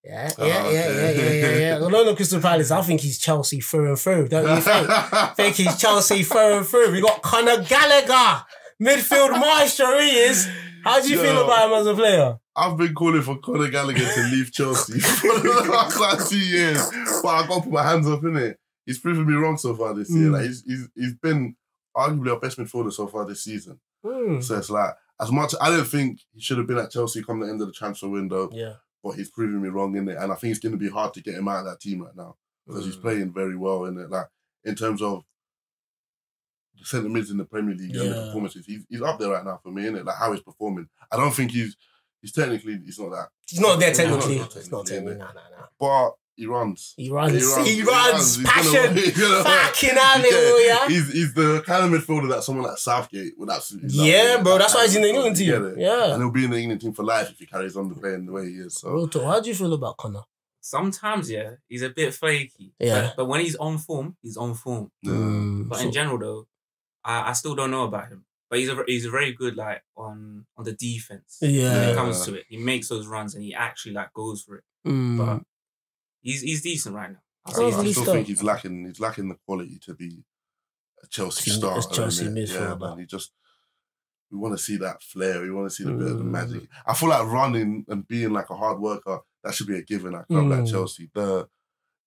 S4: Yeah, yeah,
S2: Oh,
S4: yeah,
S2: okay.
S4: yeah, yeah, yeah, yeah. On loan at Crystal Palace, I think he's Chelsea through and through, don't you think? think he's Chelsea through and through. We got Conor Gallagher, midfield maestro he is. How do you feel
S2: Yo.
S4: about him as a player?
S2: I've been calling for Conor Gallagher to leave Chelsea for the last like two years, but I can't put my hands up in it. He's proven me wrong so far this year.
S4: Mm.
S2: Like he's, he's he's been arguably our best midfielder so far this season.
S4: Hmm.
S2: So it's like as much I don't think he should have been at Chelsea come the end of the transfer window,
S4: Yeah.
S2: but he's proven me wrong in it, and I think it's going to be hard to get him out of that team right now because
S4: Hmm.
S2: he's playing very well in it. Like in terms of the centre mids in the Premier League and
S4: Yeah.
S2: the performances, he's, he's up there right now for me in it. Like how he's performing, I don't think he's he's technically he's not that,
S4: He's not there
S2: No,
S4: technically.
S2: no, no,
S4: He's not
S2: no, no,
S4: technically.
S2: no.
S4: Nah, nah, nah.
S2: but he runs.
S4: He runs. He runs.
S2: He's gonna-
S4: Passion.
S2: he's gonna-
S4: Fucking
S2: Yeah,
S4: hallelujah.
S2: He's, he's the kind of midfielder that someone like Southgate would absolutely love,
S4: Yeah,
S2: innit?
S4: bro.
S2: That
S4: That's why
S2: kind
S4: he's in the
S2: of midfielder,
S4: England
S2: you
S4: team.
S2: get it?
S4: Yeah.
S2: And he'll be in the England team for life if he carries on the playing the way he is. So
S4: Real talk. How do you feel about Connor?
S3: Sometimes, yeah, he's a bit flaky.
S4: Yeah.
S3: But, but when he's on form, he's on form.
S4: Mm.
S2: yeah.
S3: But in general, though, I, I still don't know about him. But he's a, he's a very good like on on the defense. When
S4: yeah.
S3: it comes to it, he makes those runs and he actually like goes for it.
S4: Mm.
S3: But he's he's decent right now. I'd
S2: I,
S3: say
S4: Oh,
S2: don't
S3: he's
S2: know, I
S4: he's
S2: still
S4: still-
S2: think he's lacking. He's lacking the quality to be a Chelsea
S4: Team-
S2: star.
S4: it's Chelsea
S2: innit? yeah,
S4: midfielder.
S2: man. He just we want to see that flair. We want to see the bit of the
S4: Mm.
S2: magic. I feel like running and being like a hard worker that should be a given at a club like
S4: Mm.
S2: Chelsea. The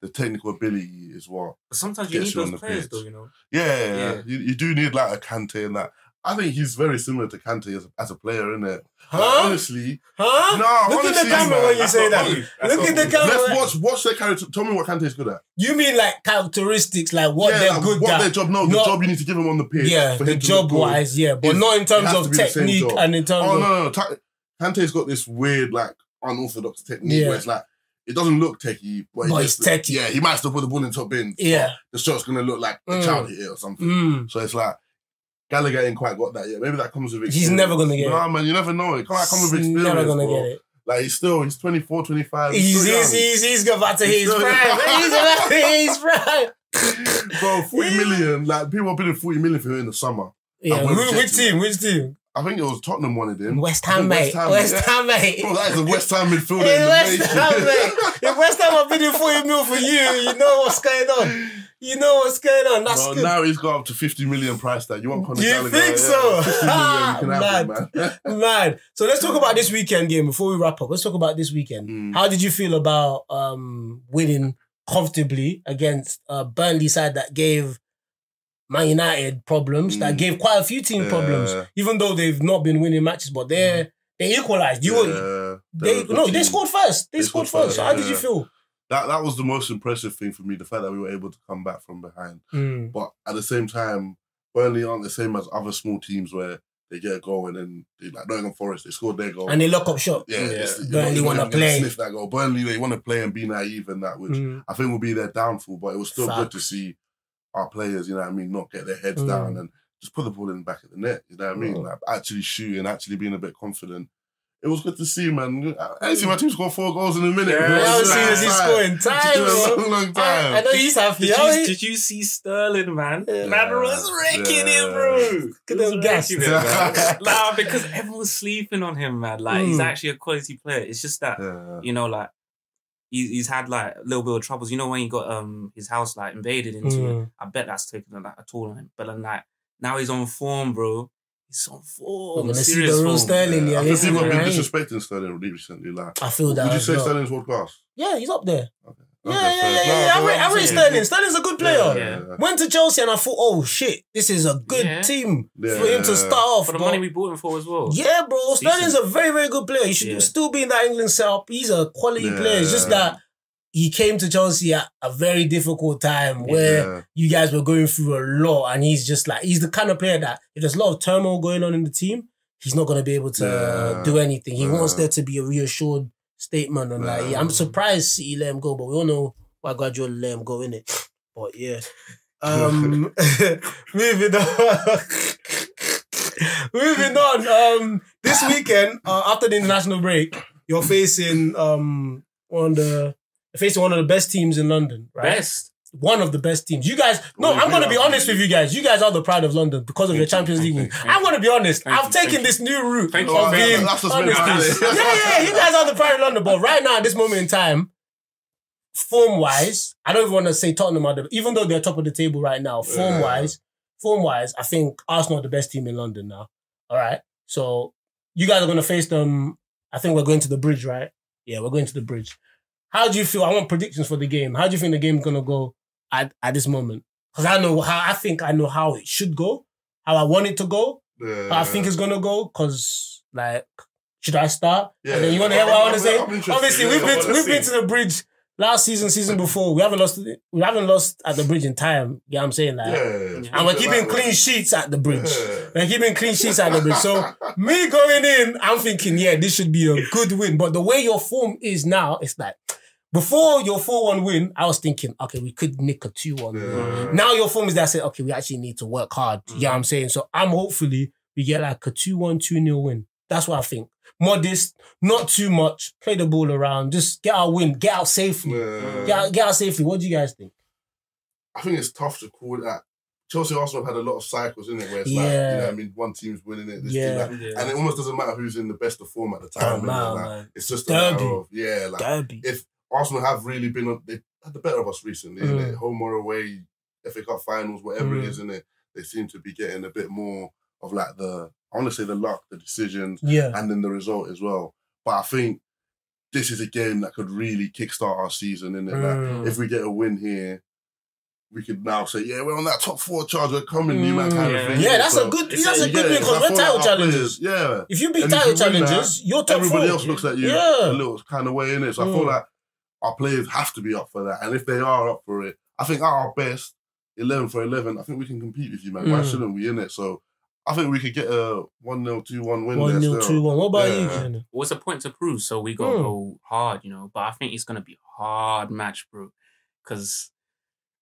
S2: the technical ability is what.
S3: But sometimes you need
S2: Gets you on
S3: those
S2: the
S3: players,
S2: pitch.
S3: though. You know,
S2: Yeah,
S3: Yeah.
S2: You, you do need like a Kante and that. I think he's very similar to Kante as, as a player, isn't it?
S4: Huh?
S2: honestly,
S4: Huh?
S2: no.
S4: Look at the
S2: honestly,
S4: camera
S2: man,
S4: when you
S2: that's
S4: say
S2: not
S4: that.
S2: honest.
S4: Look
S2: That's
S4: at the
S2: not honest.
S4: camera when-
S2: Let's watch. Watch their character. Tell me what Kante is good at.
S4: You mean like characteristics, like what
S2: Yeah,
S4: they're
S2: like,
S4: good
S2: what
S4: at?
S2: their job. No, the
S4: Not-
S2: job you need to give him on the pitch.
S4: yeah,
S2: for
S4: the
S2: him to
S4: job
S2: look good.
S4: wise, yeah, but
S2: is-
S4: not in
S2: it
S4: terms
S2: has
S4: of
S2: to be the same
S4: technique
S2: job.
S4: and in terms
S2: Oh
S4: of.
S2: no, no, Ta- Kante's got this weird, like unorthodox technique
S4: Yeah.
S2: where it's like it doesn't look techie, but,
S4: But
S2: it
S4: it's
S2: just,
S4: techie.
S2: Yeah, he might still put the ball in top bin.
S4: Yeah.
S2: the shot's gonna look like a
S4: Mm.
S2: child hit it or something.
S4: Mm.
S2: So it's like. Gallagher ain't quite got that yet. Maybe that comes with experience.
S4: He's never gonna get
S2: Nah, man, you never know. It can't come with
S4: He's
S2: experience.
S4: never gonna
S2: bro.
S4: get it.
S2: Like, he's still, he's 24, 25.
S4: He's,
S2: still
S4: he's,
S2: young.
S4: he's, he's about to hit
S2: He's
S4: his
S2: still
S4: prime.
S2: young.
S4: He's about to hit his prime.
S2: Bro, 40 million. Like, people are bidding 40 million for him in the summer.
S4: Yeah,
S2: won't
S4: who-
S2: reject
S4: which
S2: him.
S4: team? Which team?
S2: I think it was Tottenham wanted him.
S4: West
S2: I think
S4: Ham, mate.
S2: West Ham,
S4: West
S2: yeah.
S4: Ham, mate.
S2: Bro, that is a West Ham midfielder. in
S4: Hey,
S2: the
S4: West
S2: nation.
S4: Ham, mate. If West Ham are bidding 40 mil for you, you know what's going on. You know what's going on. That's
S2: Bro,
S4: good.
S2: now he's got up to 50 million price tag. You want Conor
S4: You
S2: Gallagher?
S4: think so? Ah,
S2: 50 million, you can have
S4: Mad.
S2: it, man.
S4: Man, so let's talk about this weekend game before we wrap up. Let's talk about this weekend.
S2: Mm.
S4: How did you feel about um, winning comfortably against a Burnley side that gave Man United problems, that
S2: Mm.
S4: gave quite a few team problems,
S2: Yeah. Mm.
S4: even though they've not been winning matches, but they're they equalized. You were
S2: Yeah, they're
S4: they
S2: a good
S4: no, they
S2: team.
S4: scored first. They,
S2: They
S4: scored,
S2: scored
S4: first.
S2: first,
S4: So how did
S2: yeah.
S4: you feel?
S2: That, that was the most impressive thing for me, the fact that we were able to come back from behind. But at the same time, Burnley aren't the same as other small teams where they get a goal and then they like Nottingham Forest, they scored their goal.
S4: And they lock up shop.
S2: yeah, it's- you're
S4: Burnley
S2: not even
S4: wanna
S2: gonna
S4: play.
S2: Sniff that goal. Burnley, they want to play and be naive and that, which I think will be their downfall. But it was still good to
S4: Facts.
S2: see our players, you know what I mean, not get their heads
S4: Mm.
S2: down and just put the ball in the back of the net. You know what I mean?
S4: Mm.
S2: Like actually shooting, actually being a bit confident. It was good to see, man. I I didn't see my team score four goals in a minute.
S3: Yeah,
S2: bro.
S4: I
S3: I
S4: haven't
S2: It's
S3: was
S4: seen
S2: been
S4: this
S2: a
S4: he's
S2: long
S4: scoring
S2: time.
S4: time.
S2: It's been
S4: bro.
S2: a long, long time.
S4: I, I know he's happy.
S3: Did
S4: I know
S3: you,
S4: he-
S3: did you see Sterling, man?
S4: Yeah.
S3: Man was raking
S2: Yeah.
S3: it, bro.
S4: Look
S3: He
S4: at
S3: was
S4: them gas.
S3: raking it, man. nah, because everyone's sleeping on him, man. Like he's
S4: Mm.
S3: actually a quality player. It's just that
S2: Yeah.
S3: you know, like he, he's had like a little bit of troubles. You know when he got um his house like invaded into it.
S4: Mm.
S3: I bet that's taken a, like, a toll on him. But then like now he's on form, bro. He's on
S4: We're
S3: form.
S4: gonna see
S3: serious
S4: the real
S3: form.
S4: Sterling. Yeah,
S2: I
S4: you
S2: think
S4: see
S2: people
S4: what
S2: have been
S4: I mean?
S2: disrespecting Sterling recently. Like,
S4: I feel that.
S2: would you
S4: as
S2: say
S4: well.
S2: Sterling's world class?
S4: Yeah, he's up there.
S2: Okay,
S4: yeah, yeah,
S2: fair.
S4: yeah, yeah.
S2: No, no,
S4: I rate,
S2: I'm
S4: I rate
S2: saying-
S4: Sterling. Sterling's a good player.
S2: Yeah, yeah, yeah.
S4: Went to Chelsea and I thought, oh shit, this is a good
S3: Yeah.
S4: team
S2: Yeah.
S4: for him to start off.
S3: For the
S4: bro.
S3: money we bought him for as well.
S4: Yeah, bro.
S3: Decent.
S4: Sterling's a very, very good player. He should
S3: Yeah.
S4: still be in that England setup. He's a quality
S2: Yeah.
S4: player. It's just that he came to Chelsea at a very difficult time where
S2: Yeah.
S4: you guys were going through a lot, and he's just like he's the kind of player that if there's a lot of turmoil going on in the team, he's not going to be able to
S2: Yeah.
S4: do anything. He wants
S2: Yeah.
S4: there to be a reassured statement, and like yeah, I'm
S2: Yeah.
S4: surprised City let him go, but we all know why Guardiola let him go in it. But yeah. Um, moving on. moving on. Um, this weekend uh, after the international break, you're facing um one of the you're facing one of the best teams in London, right?
S3: Best.
S4: One of the best teams. You guys, no,
S2: Well,
S4: I'm
S2: we
S4: gonna
S2: are.
S4: be honest with you guys. You guys are the pride of London because of
S3: Thank
S4: your
S3: you,
S4: Champions
S3: thank
S4: League.
S3: you,
S4: win.
S3: thank
S4: I'm
S3: you.
S4: gonna be honest.
S3: Thank
S4: I've
S3: you,
S4: taken
S3: thank
S4: this new route
S3: Thank you,
S4: of
S3: thank you.
S4: being
S2: That's what's
S4: honest.
S2: meant
S3: to
S4: yeah,
S2: be.
S4: yeah, yeah. You guys are the pride of London, but right now, at this moment in time, form wise, I don't even want to say Tottenham are the, even though they're top of the table right now. Form wise, form wise, I think Arsenal are the best team in London now. All right, so you guys are gonna face them. I think we're going to the bridge, right? Yeah, we're going to the bridge. How do you feel? I want predictions for the game. How do you think the game's gonna go at, at this moment? Because I know how I think I know how it should go, how I want it to go, how I think it's gonna go. Because like, should I start?
S2: Yeah.
S4: And then you want to hear what I want to
S2: I'm-
S4: say?
S2: I'm interested.
S4: Obviously,
S2: Yeah,
S4: we've
S2: I
S4: been
S2: wanna
S4: we've been
S2: see.
S4: to the bridge last season, season before. We haven't lost. We haven't lost at the bridge in time. You know what I'm saying? Like,
S2: Yeah.
S4: and we're keeping clean sheets at the bridge.
S2: Yeah.
S4: We're keeping clean sheets at the bridge. So me going in, I'm thinking, yeah, this should be a good win. But the way your form is now, it's like before your four-one win, I was thinking, okay, we could nick a two-one. win.
S2: Yeah.
S4: Now your form is that I said, okay, we actually need to work hard. Yeah,
S2: Mm.
S4: I'm saying? So I'm hopefully we get like a 2-1, 2-0 win. That's what I think. Modest, not too much. Play the ball around. Just get our win. Get out safely.
S2: Yeah.
S4: Get, out, get out safely. What do you guys think?
S2: I think it's tough to call that. Chelsea Arsenal have had a lot of cycles in it where it's like, you
S4: Yeah.
S2: know what I mean, one team's winning it, this
S4: Yeah.
S2: team, that. and it almost doesn't matter who's in the best of form at the time.
S4: Don't
S2: innit?
S4: matter,
S2: Like,
S4: Oh, man.
S2: It's just a
S4: Derby.
S2: matter of yeah, like
S4: Derby.
S2: Arsenal have really been on, they had the better of us recently,
S4: Mm.
S2: innit? Home or away, FA Cup finals, whatever it
S4: Mm.
S2: is, innit? They seem to be getting a bit more of like the I want to say the luck, the decisions,
S4: Yeah.
S2: and then the result as well. But I think this is a game that could really kickstart our season, innit? Like,
S4: Mm.
S2: if we get a win here, we could now say, yeah, we're on that top four charge. We're coming, you man, kind
S3: Mm.
S2: of thing.
S4: Yeah, that's
S2: So,
S4: a good.
S3: it's
S4: That's
S3: a-
S4: a good
S2: yeah,
S4: win because
S2: I
S4: we're
S2: feel like
S4: title
S2: our
S4: challenges.
S2: players- Yeah,
S4: If you beat
S2: And if
S4: title
S2: you win that,
S4: challenges, you're top
S2: everybody
S4: four.
S2: else looks at you
S4: Yeah.
S2: a little kind of way in it. So I
S4: Mm.
S2: feel like our players have to be up for that, and if they are up for it, I think at our best, eleven for eleven, I think we can compete with you, man. Why
S4: Mm.
S2: shouldn't we in it? So I think we could get a one 0 two one win
S4: One
S2: there.
S4: nil,
S2: still.
S4: two one. What about you,
S2: Yeah.
S4: Glenn?
S3: What's a point to prove? So we gotta
S4: Hmm.
S3: go hard, you know. But I think it's gonna be a hard match, bro. Cause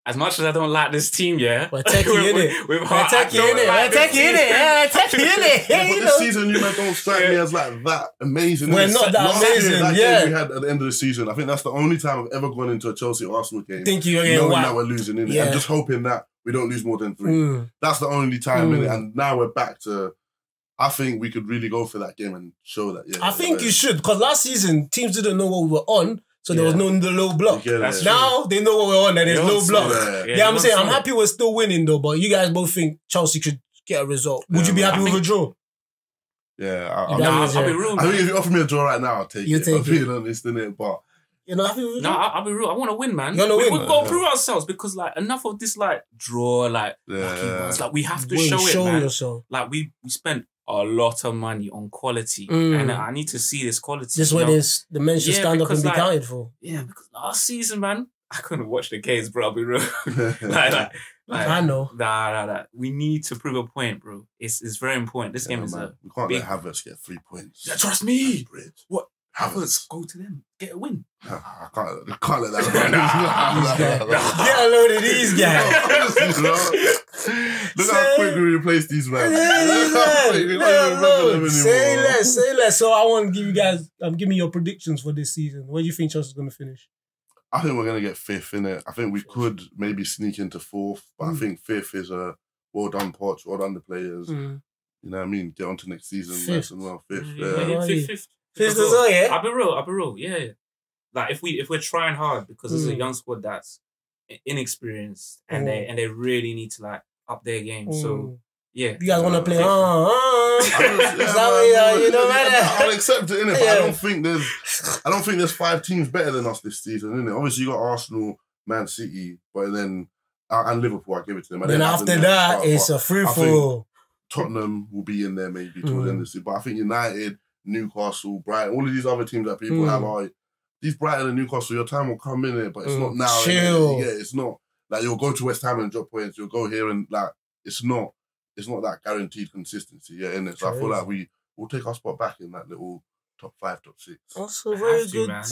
S3: as much as I don't like this team, yeah,
S4: We're techie,
S3: with-
S4: innit?
S3: with- with
S4: We're
S3: heart, I
S4: taking
S3: don't
S4: it. We're
S3: like this
S4: taking
S3: team.
S4: it. Yeah, taking it.
S2: Yeah,
S4: you
S2: but
S4: know.
S2: this season, you man, don't strike me as like that amazing.
S4: We're
S2: innit?
S4: not that
S2: Last year,
S4: amazing,
S2: that
S4: yeah.
S2: game we had at the end of the season, I think that's the only time I've ever gone into a Chelsea Arsenal game
S4: Think you're
S2: knowing
S4: getting
S2: that
S4: whacked.
S2: we're losing in
S4: Yeah.
S2: and just hoping that we don't lose more than three.
S4: Mm.
S2: That's the only time
S4: Mm.
S2: in and now we're back to. I think we could really go for that game and show that. Yeah,
S4: I think
S2: yeah,
S4: you should because last season teams didn't know what we were on, so there was
S3: Yeah.
S4: no the low block.
S2: get it.
S3: That's true.
S4: Now they know what we're on and
S3: You
S4: there's
S3: don't
S4: low
S3: see
S4: block.
S3: that.
S2: Yeah.
S4: Yeah,
S3: you
S4: I'm
S3: don't
S4: saying
S3: see
S4: I'm
S3: that.
S4: happy we're still winning though, but you guys both think Chelsea could get a result. Would
S2: Yeah,
S4: you be
S2: man.
S4: happy
S3: I
S4: with a
S3: think-
S4: draw?
S2: yeah.
S4: You
S2: I, I,
S4: don't-
S2: mean,
S3: Nah,
S4: was
S3: I'll be
S4: a-
S3: real.
S2: I
S3: man.
S2: think if you offer me a draw right now, I'll take
S4: You
S2: it.
S4: take
S2: I'm being honest in it, but
S4: You're not happy with a
S3: No,
S4: draw?
S3: I- I'll be real. I want to win, man.
S4: You wanna
S3: we,
S4: win?
S3: We've got to
S2: Yeah.
S3: prove ourselves because, like, enough of this, like, draw, like, lucky
S2: Yeah.
S3: ones. Like, we have to
S4: Win,
S3: show, it, man.
S4: yourself.
S3: Like, we we spent a lot of money on quality,
S4: Mm.
S3: and I need to see this quality.
S4: This
S3: you
S4: way,
S3: know?
S4: this the men should
S3: Yeah,
S4: stand up
S3: because,
S4: and be
S3: like-
S4: counted for.
S3: Yeah, because last season, man, I couldn't watch the games, bro. I'll be real. like,
S2: yeah,
S3: like, like,
S4: I know.
S3: Nah, nah, nah. We need to prove a point, bro. It's it's very important. This game is
S2: man,
S3: a.
S2: we can't
S3: big-
S2: let Havertz get three points.
S3: Yeah, trust me.
S2: Bridge.
S3: What?
S2: Havertz?
S3: Let's go to them. Get a win.
S2: Nah, I can't. I can't let
S3: Nah,
S2: that.
S4: nah,
S2: happen.
S3: nah.
S4: Get a load of these guys.
S2: Look how quick we replace these man.
S4: Say less, say less. So I want to give you guys, um, give me your predictions for this season. Where do you think Chelsea's going to finish?
S2: I think we're gonna get fifth in it. I think we could maybe sneak into fourth, but
S4: Mm.
S2: I think fifth is a well done Poch, well done the players.
S3: Hmm.
S2: You know what I mean? Get on to next season, nice and well. Fifth,
S3: Yeah,
S2: yeah.
S3: yeah,
S4: Mm, Yeah.
S3: fifth, fifth.
S4: Fifth as
S3: Bro,
S4: well,
S2: eh?
S4: yeah?
S3: I'll be real. I'll be real. Yeah, yeah. Like if we if we're trying hard because it's a
S4: Mm.
S3: young squad that's inexperienced and
S4: Mm. Hmm.
S3: they and they really need to like up their game. So Yeah.
S4: You guys want to play? Uh,
S3: Yeah.
S4: uh.
S2: I don't-
S4: Is that what you- you know, man?
S2: I'll accept it, innit? But
S4: Yeah.
S2: I don't think there's, I don't think there's five teams better than us this season, innit? Obviously, you got Arsenal, Man City, but then uh, and Liverpool. I give it to them. And
S4: Then
S2: I
S4: after
S2: think
S4: that,
S2: they can
S4: it's
S2: start,
S4: a free
S2: I
S4: for
S2: but Tottenham will be in there maybe towards the
S4: Mm.
S2: end of the season. But I think United, Newcastle, Brighton, all of these other teams that people
S4: Mm.
S2: have are these Brighton and Newcastle. Your time will come in it, but it's
S4: Mm.
S2: not now. innit?
S4: Chill.
S2: Yeah, it's not like you'll go to West Ham and drop points. You'll go here and like it's not it's not that guaranteed consistency, yeah, in it. So I feel
S4: True.
S2: like we will take our spot back in that little top five, top six.
S4: Also,
S3: I
S4: very
S3: have to,
S4: good.
S3: man.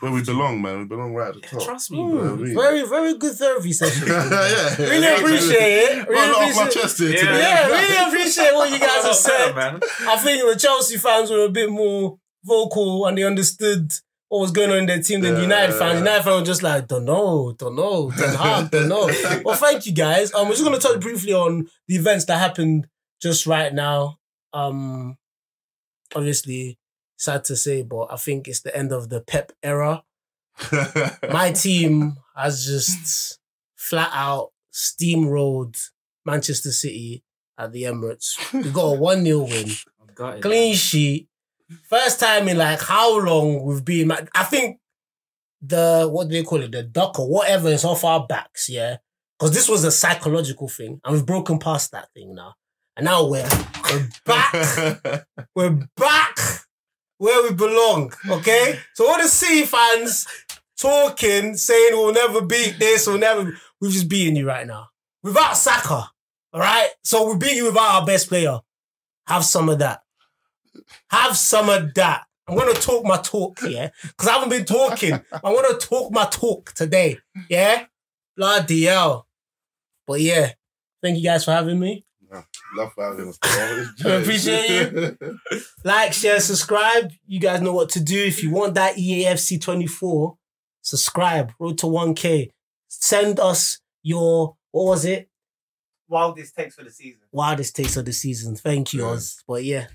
S2: Where we belong, man. We belong right at the top.
S3: Trust me,
S4: Hmm,
S3: bro.
S2: Yeah, we-
S4: very, very good therapy session.
S2: yeah,
S4: Really
S2: yeah,
S4: appreciate it.
S2: Got a lot
S4: Really
S2: off my
S4: appreciate,
S2: chest here
S3: Yeah.
S2: today.
S4: yeah, really appreciate what you guys have said.
S3: man.
S4: I think the Chelsea fans were a bit more vocal and they understood what was going on in their team than the United fans.
S2: Yeah.
S4: United fans were just like, don't know, don't know, don't have, don't know. Well, thank you guys. Um, we're just going to touch briefly on the events that happened just right now. Um, obviously, sad to say, but I think it's the end of the Pep era. My team has just flat out steamrolled Manchester City at the Emirates. We got a 1 0 win
S3: I've got it.
S4: clean sheet. First time in like how long we've been. Like, I think the what do they call it? The duck or whatever is off our backs. Yeah, because this was a psychological thing, and we've broken past that thing now. And now we're we're back. we're back where we belong. Okay. So all the City fans talking, saying we'll never beat this, we'll never. We're just beating you right now without Saka. All right. So we beat you without our best player. Have some of that. Have some of that. I'm gonna talk my talk, yeah, because I haven't been talking. I want to talk my talk today, yeah. Bloody hell. But yeah, thank you guys for having me.
S2: Love for having us.
S4: I appreciate
S2: you.
S4: Like, share, subscribe. You guys know what to do. If you want that E EAFC 24, subscribe. Road to 1K. Send us your, what was it?
S5: Wildest takes for the season.
S4: Wildest takes of the season. Thank you, Oz. But yeah,